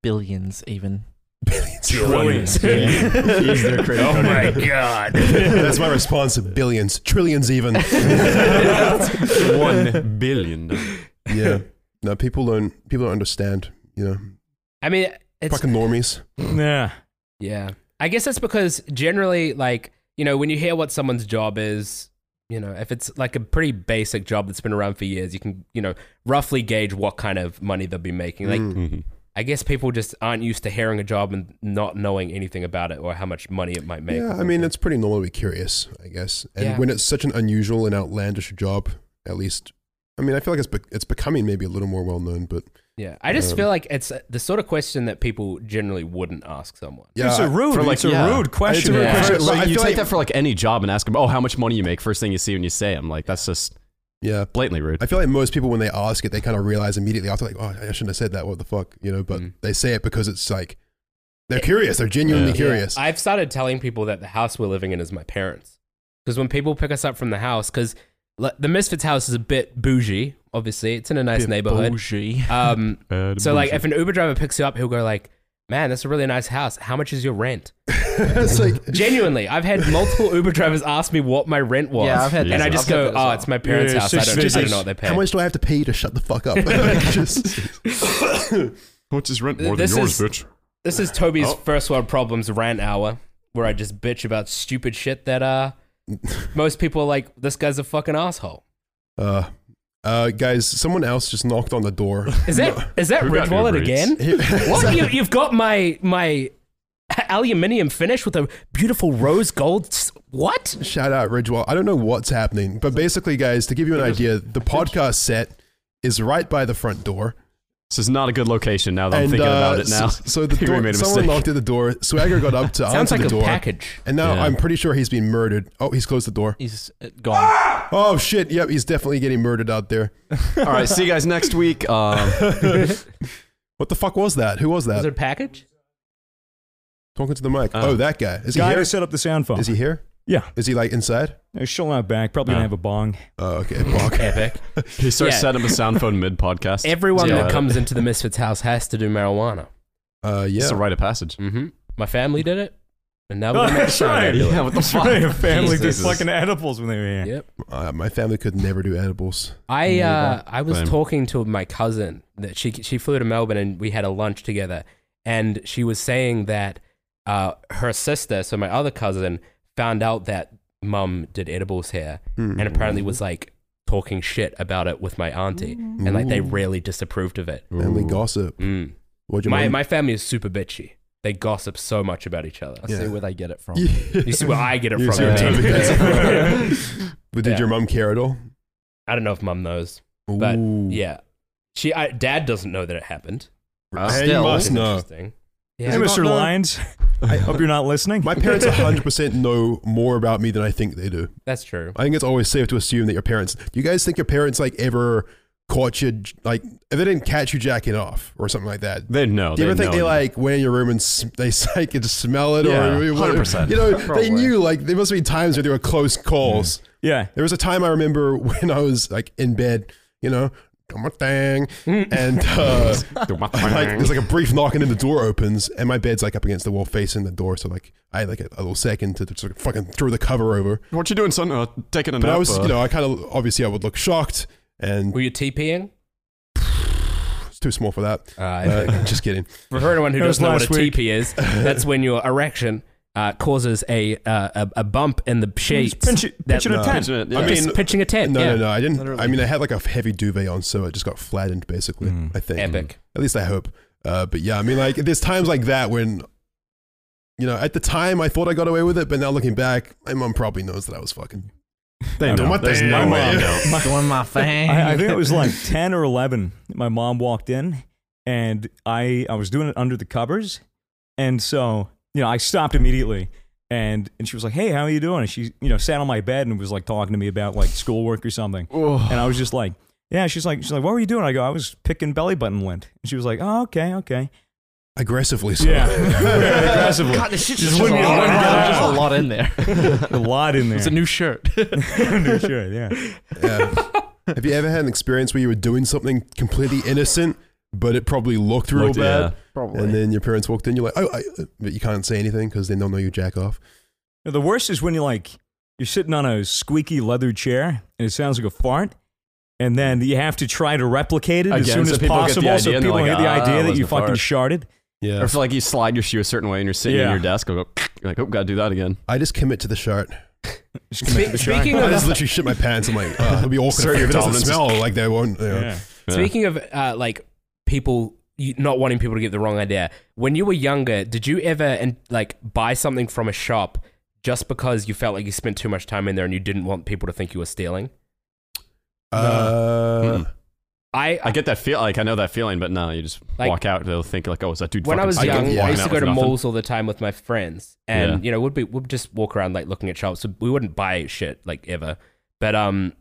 Speaker 6: Billions, even.
Speaker 1: Oh,
Speaker 5: Trillions.
Speaker 4: Oh, He's their credit
Speaker 5: oh
Speaker 4: card.
Speaker 5: my god.
Speaker 1: That's my response. Billions, trillions, even.
Speaker 4: One billion.
Speaker 1: yeah. No, people don't. People don't understand. You know,
Speaker 5: I mean, it's
Speaker 1: fucking normies.
Speaker 3: Yeah.
Speaker 5: Yeah. I guess that's because generally, like, you know, when you hear what someone's job is, you know, if it's like a pretty basic job that's been around for years, you can, you know, roughly gauge what kind of money they'll be making.
Speaker 1: Mm.
Speaker 5: Like,
Speaker 4: Mm-hmm.
Speaker 5: I guess people just aren't used to hearing a job and not knowing anything about it or how much money it might make.
Speaker 1: Yeah, I mean, it's pretty normal to be curious, I guess. And
Speaker 5: Yeah.
Speaker 1: when it's such an unusual and outlandish job, at least, I mean, I feel like it's be- it's becoming maybe a little more well known. But
Speaker 5: yeah. I just
Speaker 1: um,
Speaker 5: feel like it's the sort of question that people generally wouldn't ask someone.
Speaker 1: yeah,
Speaker 3: It's a rude,
Speaker 4: for like-
Speaker 3: it's a
Speaker 4: yeah.
Speaker 3: rude question.
Speaker 1: It's a rude
Speaker 5: Yeah.
Speaker 1: question.
Speaker 4: Like,
Speaker 1: I feel
Speaker 4: you take
Speaker 1: like-
Speaker 4: that for like any job and ask them, oh, how much money you make? First thing you see when you say, it. I'm like, that's just
Speaker 1: yeah.
Speaker 4: blatantly rude.
Speaker 1: I feel like most people, when they ask it, they kind of realize immediately after, like, oh, I shouldn't have said that. What the fuck, you know? But
Speaker 5: Mm.
Speaker 1: they say it because it's like they're curious. They're genuinely
Speaker 4: Yeah.
Speaker 1: curious.
Speaker 5: Yeah, I've started telling people that the house we're living in is my parents. Because when people pick us up from the house, because the Misfits house is a bit bougie, obviously. It's in a nice neighborhood.
Speaker 6: Bougie.
Speaker 5: Um, so, like, if an Uber driver picks you up, he'll go like, man, that's a really nice house. How much is your rent?
Speaker 1: it's like
Speaker 5: Genuinely, I've had multiple Uber drivers ask me what my rent was.
Speaker 6: Yeah, I've had
Speaker 5: and
Speaker 4: that.
Speaker 5: I just
Speaker 6: I've had
Speaker 5: go,
Speaker 6: that as
Speaker 5: oh,
Speaker 6: well.
Speaker 5: it's my parents'
Speaker 3: Yeah,
Speaker 5: house. I
Speaker 3: six
Speaker 5: don't, I don't
Speaker 3: figures.
Speaker 5: know what they pay.
Speaker 1: How much do I have to pay you to shut the fuck up? Like, just-
Speaker 7: What's his rent
Speaker 5: more than This yours, is-
Speaker 7: bitch?
Speaker 5: This is Toby's
Speaker 7: Oh.
Speaker 5: first world problems rant hour, where I just bitch about stupid shit that uh, most people are like, this guy's a fucking asshole.
Speaker 1: uh, uh, guys, someone else just knocked on the door.
Speaker 5: Is that is that
Speaker 7: Who got
Speaker 5: Ridge Wallet
Speaker 7: Uber Eats?
Speaker 5: again? What you, you've got my my aluminium finish with a beautiful rose gold. s- What?
Speaker 1: Shout out Ridgewell. I don't know what's happening, but basically, guys, to give you an idea, the podcast set is right by the front door.
Speaker 4: this is not a good location. Now that I'm thinking
Speaker 1: uh,
Speaker 4: about it
Speaker 1: s-
Speaker 4: now.
Speaker 1: So, the
Speaker 4: Think we
Speaker 1: door,
Speaker 4: made a
Speaker 1: someone
Speaker 4: mistake.
Speaker 1: knocked at the door. Swagger got up to
Speaker 5: Sounds
Speaker 1: answer
Speaker 5: like
Speaker 1: the
Speaker 5: a
Speaker 1: door.
Speaker 5: package.
Speaker 1: And now
Speaker 4: Yeah.
Speaker 1: I'm pretty sure he's being murdered. Oh, he's closed the door.
Speaker 6: He's uh, gone.
Speaker 1: Oh shit! Yep, he's definitely getting murdered out there.
Speaker 4: All right, see you guys next week. Um,
Speaker 1: What the fuck was that? Who was that?
Speaker 5: Was it a package?
Speaker 1: Talking to the mic.
Speaker 4: Oh.
Speaker 1: oh, that guy. Is he
Speaker 3: Guy
Speaker 1: here?
Speaker 3: who set up the sound phone.
Speaker 1: Is he here?
Speaker 3: Yeah.
Speaker 1: Is he like inside?
Speaker 3: He's chilling out back. Probably gonna
Speaker 4: Oh.
Speaker 3: have a bong.
Speaker 1: Oh, okay. Fuck.
Speaker 5: Epic.
Speaker 4: he starts
Speaker 5: Yeah.
Speaker 4: setting up a sound phone mid podcast.
Speaker 5: Everyone
Speaker 4: Yeah.
Speaker 5: that comes into the Misfits house has to do marijuana.
Speaker 1: Uh, yeah.
Speaker 4: It's a rite of passage.
Speaker 5: Mm-hmm. My family did it, and now we're gonna make
Speaker 3: That's
Speaker 5: sure I
Speaker 3: right.
Speaker 5: do it.
Speaker 4: Yeah, what the fuck?
Speaker 3: Right, a family did
Speaker 4: Jesus.
Speaker 3: fucking edibles when they were here.
Speaker 5: Yeah.
Speaker 1: Uh, my family could never do edibles.
Speaker 5: I uh, I was
Speaker 4: Same.
Speaker 5: talking to my cousin that she she flew to Melbourne and we had a lunch together, and she was saying that uh, her sister, so my other cousin, found out that mum did edibles here,
Speaker 1: Hmm.
Speaker 5: and
Speaker 1: Mm.
Speaker 5: apparently was like talking shit about it with my auntie, and like they
Speaker 1: Ooh.
Speaker 5: really disapproved of it.
Speaker 1: Family gossip.
Speaker 5: Mm.
Speaker 1: What'd your
Speaker 5: My
Speaker 1: mom-
Speaker 5: my family is super bitchy. They gossip so much about each other.
Speaker 2: I
Speaker 1: Yeah.
Speaker 2: see where they get it from.
Speaker 5: You see where I get it
Speaker 1: You
Speaker 5: from. eh?
Speaker 1: see where Toby gets it
Speaker 5: man.
Speaker 1: But did
Speaker 5: Yeah.
Speaker 1: your mom care at all?
Speaker 5: I don't know if mum knows, but
Speaker 1: Ooh.
Speaker 5: yeah, she I, dad doesn't know that it happened.
Speaker 1: Hey,
Speaker 6: Still.
Speaker 1: you
Speaker 5: That's
Speaker 1: must know.
Speaker 5: interesting.
Speaker 3: Hey,
Speaker 5: Yeah.
Speaker 1: Does it
Speaker 3: Mr.
Speaker 1: not know?
Speaker 3: Lyons. I hope you're not listening.
Speaker 1: My parents 100% know more about me than I think they do.
Speaker 5: That's true.
Speaker 1: I think it's always safe to assume that your parents. Do you guys think your parents like ever caught you like if they didn't catch you jacking off or something like that.
Speaker 4: They know.
Speaker 1: Do you
Speaker 4: they
Speaker 1: ever think
Speaker 4: know.
Speaker 1: they like went in your room and s- they like could smell it
Speaker 4: Yeah,
Speaker 1: or
Speaker 4: 100%.
Speaker 1: You know,
Speaker 2: Probably.
Speaker 1: they knew like there must be times where there were close calls.
Speaker 4: Mm.
Speaker 3: Yeah.
Speaker 1: There was a time I remember when I was like in bed, you know, do my thing, and uh,
Speaker 4: Do my
Speaker 1: like
Speaker 4: thing.
Speaker 1: there's like a brief knock and then the door opens and my bed's like up against the wall facing the door, so like I had like a, a little second to just like, fucking throw the cover over.
Speaker 4: What you doing, son? Uh, taking a
Speaker 1: But
Speaker 4: nap.
Speaker 1: I was,
Speaker 4: uh,
Speaker 1: you know, I kind of obviously I would look shocked and
Speaker 5: Were you TPing?
Speaker 1: it's too small for that.
Speaker 5: Uh, I think-
Speaker 1: Uh, just kidding.
Speaker 5: for anyone who
Speaker 3: That was
Speaker 5: doesn't know what
Speaker 3: last
Speaker 5: a
Speaker 3: week.
Speaker 5: TP is, that's when your erection uh, causes a, uh, a a bump in the sheets.
Speaker 3: Pinch it,
Speaker 5: That-
Speaker 3: pinch it a
Speaker 5: no.
Speaker 3: tent.
Speaker 4: Pitching it,
Speaker 1: I
Speaker 4: yeah.
Speaker 1: mean-
Speaker 5: Just pitching a tent.
Speaker 1: No,
Speaker 5: yeah.
Speaker 1: no, no. I didn't. I
Speaker 2: Literally.
Speaker 1: mean, I had like a heavy duvet on, so it just got flattened basically.
Speaker 3: Mm.
Speaker 1: I think.
Speaker 5: Hmm. Epic.
Speaker 1: At least I hope. Uh, but yeah, I mean, like there's times like that when, you know, at the time I thought I got away with it, but now looking back, my mom probably knows that I was fucking.
Speaker 3: They
Speaker 1: know.
Speaker 4: There's no
Speaker 1: Damn.
Speaker 4: way.
Speaker 6: Doing my thing.
Speaker 3: I, I think it was like 10 or 11. My mom walked in and I, I was doing it under the covers. And so, you know, I stopped immediately. And, and she was like, hey, how are you doing? And she, you know, sat on my bed and was like talking to me about like schoolwork or something.
Speaker 6: Oh.
Speaker 3: And I was just like, yeah, she's like, she's like, what were you doing? I go, I was picking belly button lint. And she was like, oh, okay, okay.
Speaker 1: Aggressively, so.
Speaker 3: Yeah. Very aggressively.
Speaker 6: God, this shit just
Speaker 3: wouldn't
Speaker 6: a
Speaker 3: get
Speaker 6: lot,
Speaker 3: one
Speaker 6: there's
Speaker 3: guy.
Speaker 6: just a lot in there.
Speaker 3: A lot in there.
Speaker 6: It's a new shirt.
Speaker 3: Under shirt, yeah.
Speaker 1: Yeah. Have you ever had an experience where you were doing something completely innocent, but it probably looked real
Speaker 4: Looked-
Speaker 1: bad,
Speaker 2: Probably.
Speaker 1: and then your parents walked in, you're like, oh, I, uh," but you can't say anything because they don't know you jack off.
Speaker 3: You know, the worst is when you're like you're sitting on a squeaky leather chair and it sounds like a fart, and then you have to try to replicate it as
Speaker 4: Again,
Speaker 3: soon
Speaker 4: so
Speaker 3: as
Speaker 4: people get the
Speaker 3: possible, so
Speaker 4: idea and
Speaker 3: people
Speaker 4: they're
Speaker 3: get
Speaker 4: like,
Speaker 3: the
Speaker 4: "Ah,
Speaker 3: idea that you
Speaker 4: wasn't a fart."
Speaker 3: fucking sharted.
Speaker 4: Or
Speaker 1: Yeah.
Speaker 4: if like you slide your shoe a certain way and you're sitting
Speaker 3: Yeah.
Speaker 4: in your desk, I'll go, you're like, oh god, do that again.
Speaker 1: I just commit to the shart.
Speaker 3: Just commit to the shart.
Speaker 5: speaking
Speaker 1: I
Speaker 5: of
Speaker 1: just literally shit my pants. I'm like, uh, it'll be awkward
Speaker 4: Sorry,
Speaker 1: if it
Speaker 4: your
Speaker 1: doesn't
Speaker 4: dominance is-
Speaker 1: smell like they won't. You know.
Speaker 3: Yeah.
Speaker 4: Yeah.
Speaker 5: Speaking of uh, like people you- not wanting people to get the wrong idea, when you were younger, did you ever and like buy something from a shop just because you felt like you spent too much time in there and you didn't want people to think you were stealing?
Speaker 1: Uh,
Speaker 4: Mm-mm.
Speaker 5: I,
Speaker 4: I get that feel. Like I know that feeling, but no, you just
Speaker 5: Like-
Speaker 4: walk out. They'll think like, oh, is that dude?
Speaker 5: when I
Speaker 4: fucking
Speaker 5: was
Speaker 1: I
Speaker 4: sitting
Speaker 1: get-
Speaker 5: young,
Speaker 1: yeah.
Speaker 5: I
Speaker 4: walking
Speaker 5: used to
Speaker 4: out
Speaker 5: go
Speaker 4: with
Speaker 5: to
Speaker 4: nothing?
Speaker 5: malls all the time with my friends, and
Speaker 4: Yeah.
Speaker 5: you know, we'd be we'd just walk around like looking at shops. So we wouldn't buy shit like ever, but um,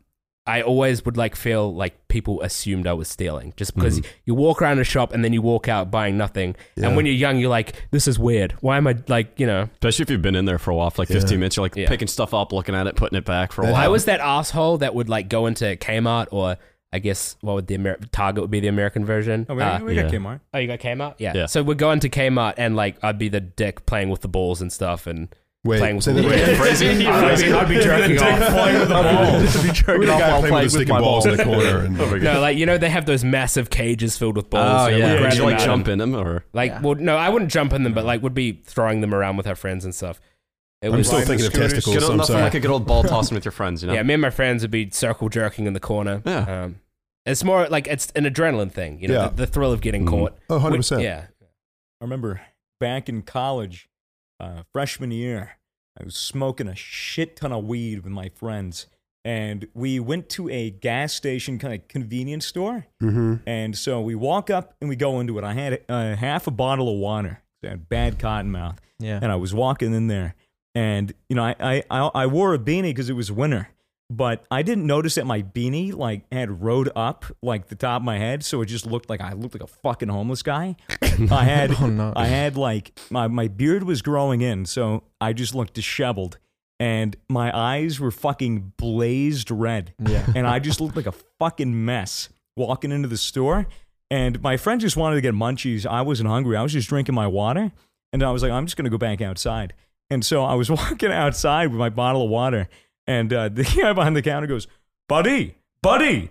Speaker 5: I always would like feel like people assumed I was stealing just because
Speaker 4: Mm-hmm.
Speaker 5: you walk around a shop and then you walk out buying nothing.
Speaker 1: Yeah.
Speaker 5: And when you're young, you're like, this is weird. Why am I like you know?
Speaker 4: Especially if you've been in there for a while, for like
Speaker 1: Yeah.
Speaker 4: 15 minutes, you're like
Speaker 5: Yeah.
Speaker 4: picking stuff up, looking at it, putting it back for a
Speaker 1: That
Speaker 4: while.
Speaker 5: I was that asshole that would like go into Kmart or. I guess what would the Amer- Target would be the American version.
Speaker 3: Oh, we,
Speaker 5: Uh,
Speaker 3: we got
Speaker 4: Ah, yeah.
Speaker 3: Kmart.
Speaker 5: oh, you got Kmart, yeah.
Speaker 4: Yeah.
Speaker 5: So we'd go into Kmart and like I'd be the dick playing with the balls and stuff, and playing
Speaker 1: Wait,
Speaker 5: with
Speaker 1: say
Speaker 5: the
Speaker 1: that
Speaker 5: wig.
Speaker 1: again.
Speaker 4: Phrasing?
Speaker 5: I'd be, I'd be jerking off.
Speaker 1: We're the
Speaker 2: off
Speaker 1: guy playing
Speaker 2: while
Speaker 1: with
Speaker 2: playing
Speaker 1: a
Speaker 2: with
Speaker 1: stick
Speaker 2: my
Speaker 1: and balls in the
Speaker 2: balls.
Speaker 1: corner. And,
Speaker 5: No, like you know, they have those massive cages filled with
Speaker 4: Oh,
Speaker 5: balls. you know,
Speaker 4: yeah. Would
Speaker 5: we'd grab
Speaker 4: you
Speaker 5: them
Speaker 4: like
Speaker 5: out
Speaker 4: jump
Speaker 5: and-
Speaker 4: in them or?
Speaker 5: Like, well, no, I wouldn't jump in them, but like, would be throwing them around with our friends and stuff. It
Speaker 1: I'm
Speaker 5: was
Speaker 1: still
Speaker 5: like-
Speaker 1: thinking of testicles.
Speaker 4: Good
Speaker 1: so I'm
Speaker 4: enough for
Speaker 1: sorry.
Speaker 4: like a good old ball tossing with your friends, you know?
Speaker 5: yeah, me and my friends would be circle jerking in the corner.
Speaker 4: Yeah.
Speaker 5: Um, it's more like it's an adrenaline thing, you know,
Speaker 1: Yeah.
Speaker 5: the, the thrill of getting
Speaker 4: Mhm.
Speaker 5: caught.
Speaker 1: Oh, 100
Speaker 5: Which-
Speaker 1: percent.
Speaker 5: Yeah.
Speaker 3: I remember back in college, uh, freshman year, I was smoking a shit ton of weed with my friends, and we went to a gas station kind of convenience store.
Speaker 1: Mm-hmm.
Speaker 3: And so we walk up and we go into it. I had uh, half a bottle of water. I had bad cotton mouth.
Speaker 6: Yeah.
Speaker 3: And I was walking in there. And, you know, I, I, I, I wore a beanie because it was winter. But I didn't notice that my beanie, like, had rode up, like, the top of my head. So it just looked like I looked like a fucking homeless guy. I had,
Speaker 6: Oh, no.
Speaker 3: I had, like, my, my beard was growing in. So I just looked disheveled. And my eyes were fucking blazed red
Speaker 6: Yeah.
Speaker 3: and I just looked like a fucking mess walking into the store. And my friend just wanted to get munchies. I wasn't hungry. I was just drinking my water. And I was like, I'm just going to go back outside. And so I was walking outside with my bottle of water. And uh, the guy behind the counter goes, Buddy, buddy,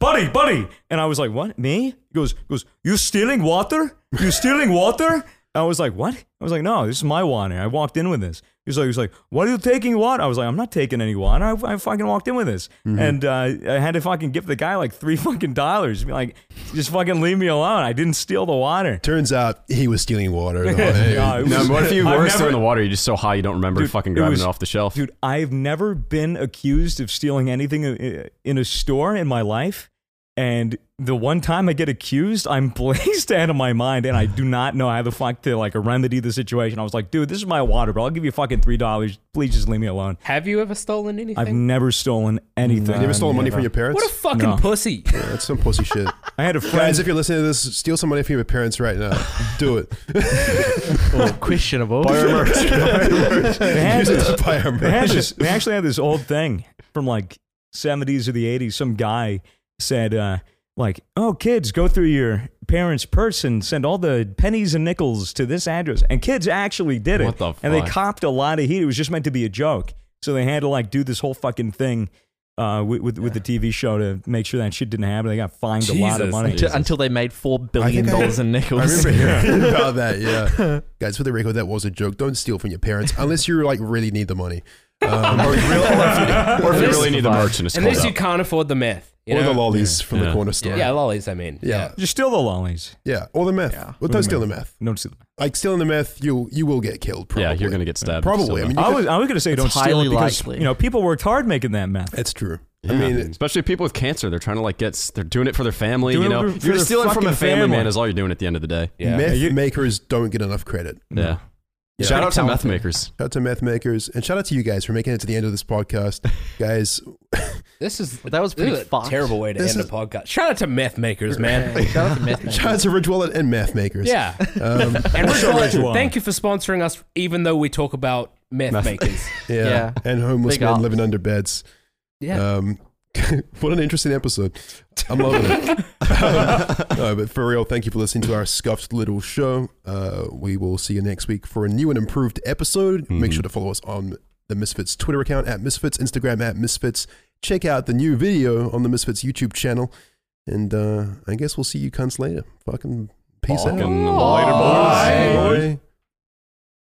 Speaker 3: buddy, buddy. And I was like, What? Me? He goes, he goes You stealing water? You stealing water? I was like, What? I was like, No, this is my water. I walked in with this. He was like, he was like, What are you taking water? I was like, I'm not taking any water. I, I fucking walked in with this. And uh, I had to fucking give the guy like three fucking dollars. Be Like, just fucking leave me alone. I didn't steal the water.
Speaker 1: Turns out he was stealing water. Oh, hey.
Speaker 3: No, it
Speaker 4: No,
Speaker 3: was-
Speaker 4: but what if you
Speaker 3: I've
Speaker 4: were
Speaker 3: never-
Speaker 4: still in the water? You're just so high you don't remember
Speaker 3: Dude,
Speaker 4: fucking
Speaker 3: it
Speaker 4: grabbing it,
Speaker 3: was-
Speaker 4: off the shelf.
Speaker 3: Dude, I've never been accused of stealing anything i- in a store in my life. And the one time I get accused, I'm blazed out of my mind, and I do not know how the fuck to like remedy the situation. I was like, dude, this is my water, bro. I'll give you fucking three dollars. Please just leave me alone.
Speaker 5: Have you ever stolen anything?
Speaker 3: I've never stolen anything.
Speaker 1: You ever stole money from your parents?
Speaker 5: what a fucking
Speaker 3: No.
Speaker 5: pussy.
Speaker 1: Yeah, that's some pussy shit.
Speaker 3: I had a friend.
Speaker 1: Guys, if you're listening to this, steal some money from your parents right now. Do it.
Speaker 6: questionable.
Speaker 1: Buy our merch. Buy our merch.
Speaker 3: They had
Speaker 1: Use it
Speaker 3: this-
Speaker 1: to buy our
Speaker 3: they had
Speaker 1: merch.
Speaker 3: this- they actually had this old thing from like 70s or the 80s. Some guy said, uh, like, oh, kids, go through your parents' purse and send all the pennies and nickels to this address. And kids actually did it.
Speaker 4: What the
Speaker 3: And they
Speaker 4: fuck?
Speaker 3: copped a lot of heat. It was just meant to be a joke. So they had to like do this whole fucking thing uh, with, with, with the TV show to make sure that shit didn't happen. They got fined a lot of
Speaker 5: Jesus,
Speaker 3: money.
Speaker 5: dude.
Speaker 6: Until- until they made four
Speaker 1: I
Speaker 6: billion
Speaker 1: think I-
Speaker 6: dollars in
Speaker 1: I
Speaker 6: nickels.
Speaker 1: remember hearing about that. Yeah, guys, for the record, that was a joke. Don't steal from your parents unless you like really need the money, um, or, you really- or if you-
Speaker 4: Or if you
Speaker 5: Unless-
Speaker 4: really need the merch and it's called
Speaker 5: Unless you
Speaker 4: out.
Speaker 5: can't afford the meth. You
Speaker 1: or
Speaker 5: know?
Speaker 1: the lollies from the
Speaker 4: Yeah.
Speaker 1: corner store.
Speaker 5: Yeah, lollies, I mean.
Speaker 1: yeah,
Speaker 3: Just steal the lollies.
Speaker 1: yeah. Mm. Or the meth. Well, don't steal the meth.
Speaker 3: Don't steal the meth.
Speaker 1: Like stealing the meth, you you will get killed. Probably.
Speaker 4: Yeah, you're gonna get stabbed.
Speaker 1: Probably. I mean, you
Speaker 3: I
Speaker 1: could-
Speaker 3: was, I was going to say don't steal
Speaker 6: highly
Speaker 3: it because,
Speaker 6: likely.
Speaker 3: you know, people worked hard making that meth.
Speaker 1: that's true.
Speaker 4: Yeah,
Speaker 1: I mean,
Speaker 4: especially people with cancer, they're trying to like get. s- They're doing it for their family.
Speaker 3: Doing
Speaker 4: you
Speaker 3: it
Speaker 4: know,
Speaker 3: for-
Speaker 4: If
Speaker 3: for
Speaker 4: you're
Speaker 3: their
Speaker 4: stealing from a
Speaker 3: fucking
Speaker 4: family, man.
Speaker 3: family.
Speaker 4: Is all you're doing at the end of the day.
Speaker 5: Yeah.
Speaker 1: meth
Speaker 3: You-
Speaker 1: makers don't get enough credit.
Speaker 4: Yeah.
Speaker 1: Yeah.
Speaker 4: Shout
Speaker 1: Pretty
Speaker 4: out to meth makers.
Speaker 1: Shout out to meth makers, and shout out to you guys for making it to the end of this podcast, guys.
Speaker 5: This is
Speaker 6: That was
Speaker 5: this
Speaker 6: pretty
Speaker 5: is a
Speaker 6: fucked.
Speaker 5: terrible way to
Speaker 1: This
Speaker 5: end
Speaker 1: is-
Speaker 5: a podcast. Shout out to meth makers, man.
Speaker 6: Shout out to Myth
Speaker 1: Shout out to Ridge Wallet and meth makers.
Speaker 5: yeah.
Speaker 1: Um,
Speaker 5: And Rich
Speaker 3: Sure,
Speaker 5: Wallet,
Speaker 3: Rich Wallet.
Speaker 5: thank you for sponsoring us, even though we talk about meth,
Speaker 4: Meth-
Speaker 5: makers.
Speaker 1: Yeah.
Speaker 6: Yeah.
Speaker 1: And homeless
Speaker 6: Big
Speaker 1: men
Speaker 6: ups.
Speaker 1: living under beds.
Speaker 5: Yeah.
Speaker 1: Um, what an interesting episode. I'm loving it. Um, no, but for real, thank you for listening to our scuffed little show. Uh, we will see you next week for a new and improved episode. Make
Speaker 4: Mhm.
Speaker 1: sure to follow us on the Misfits Twitter account at Misfits, Instagram at Misfits. Check out the new video on the Misfits YouTube channel. And uh, I guess we'll see you cunts later. Fucking peace out.
Speaker 4: Fucking later, boys.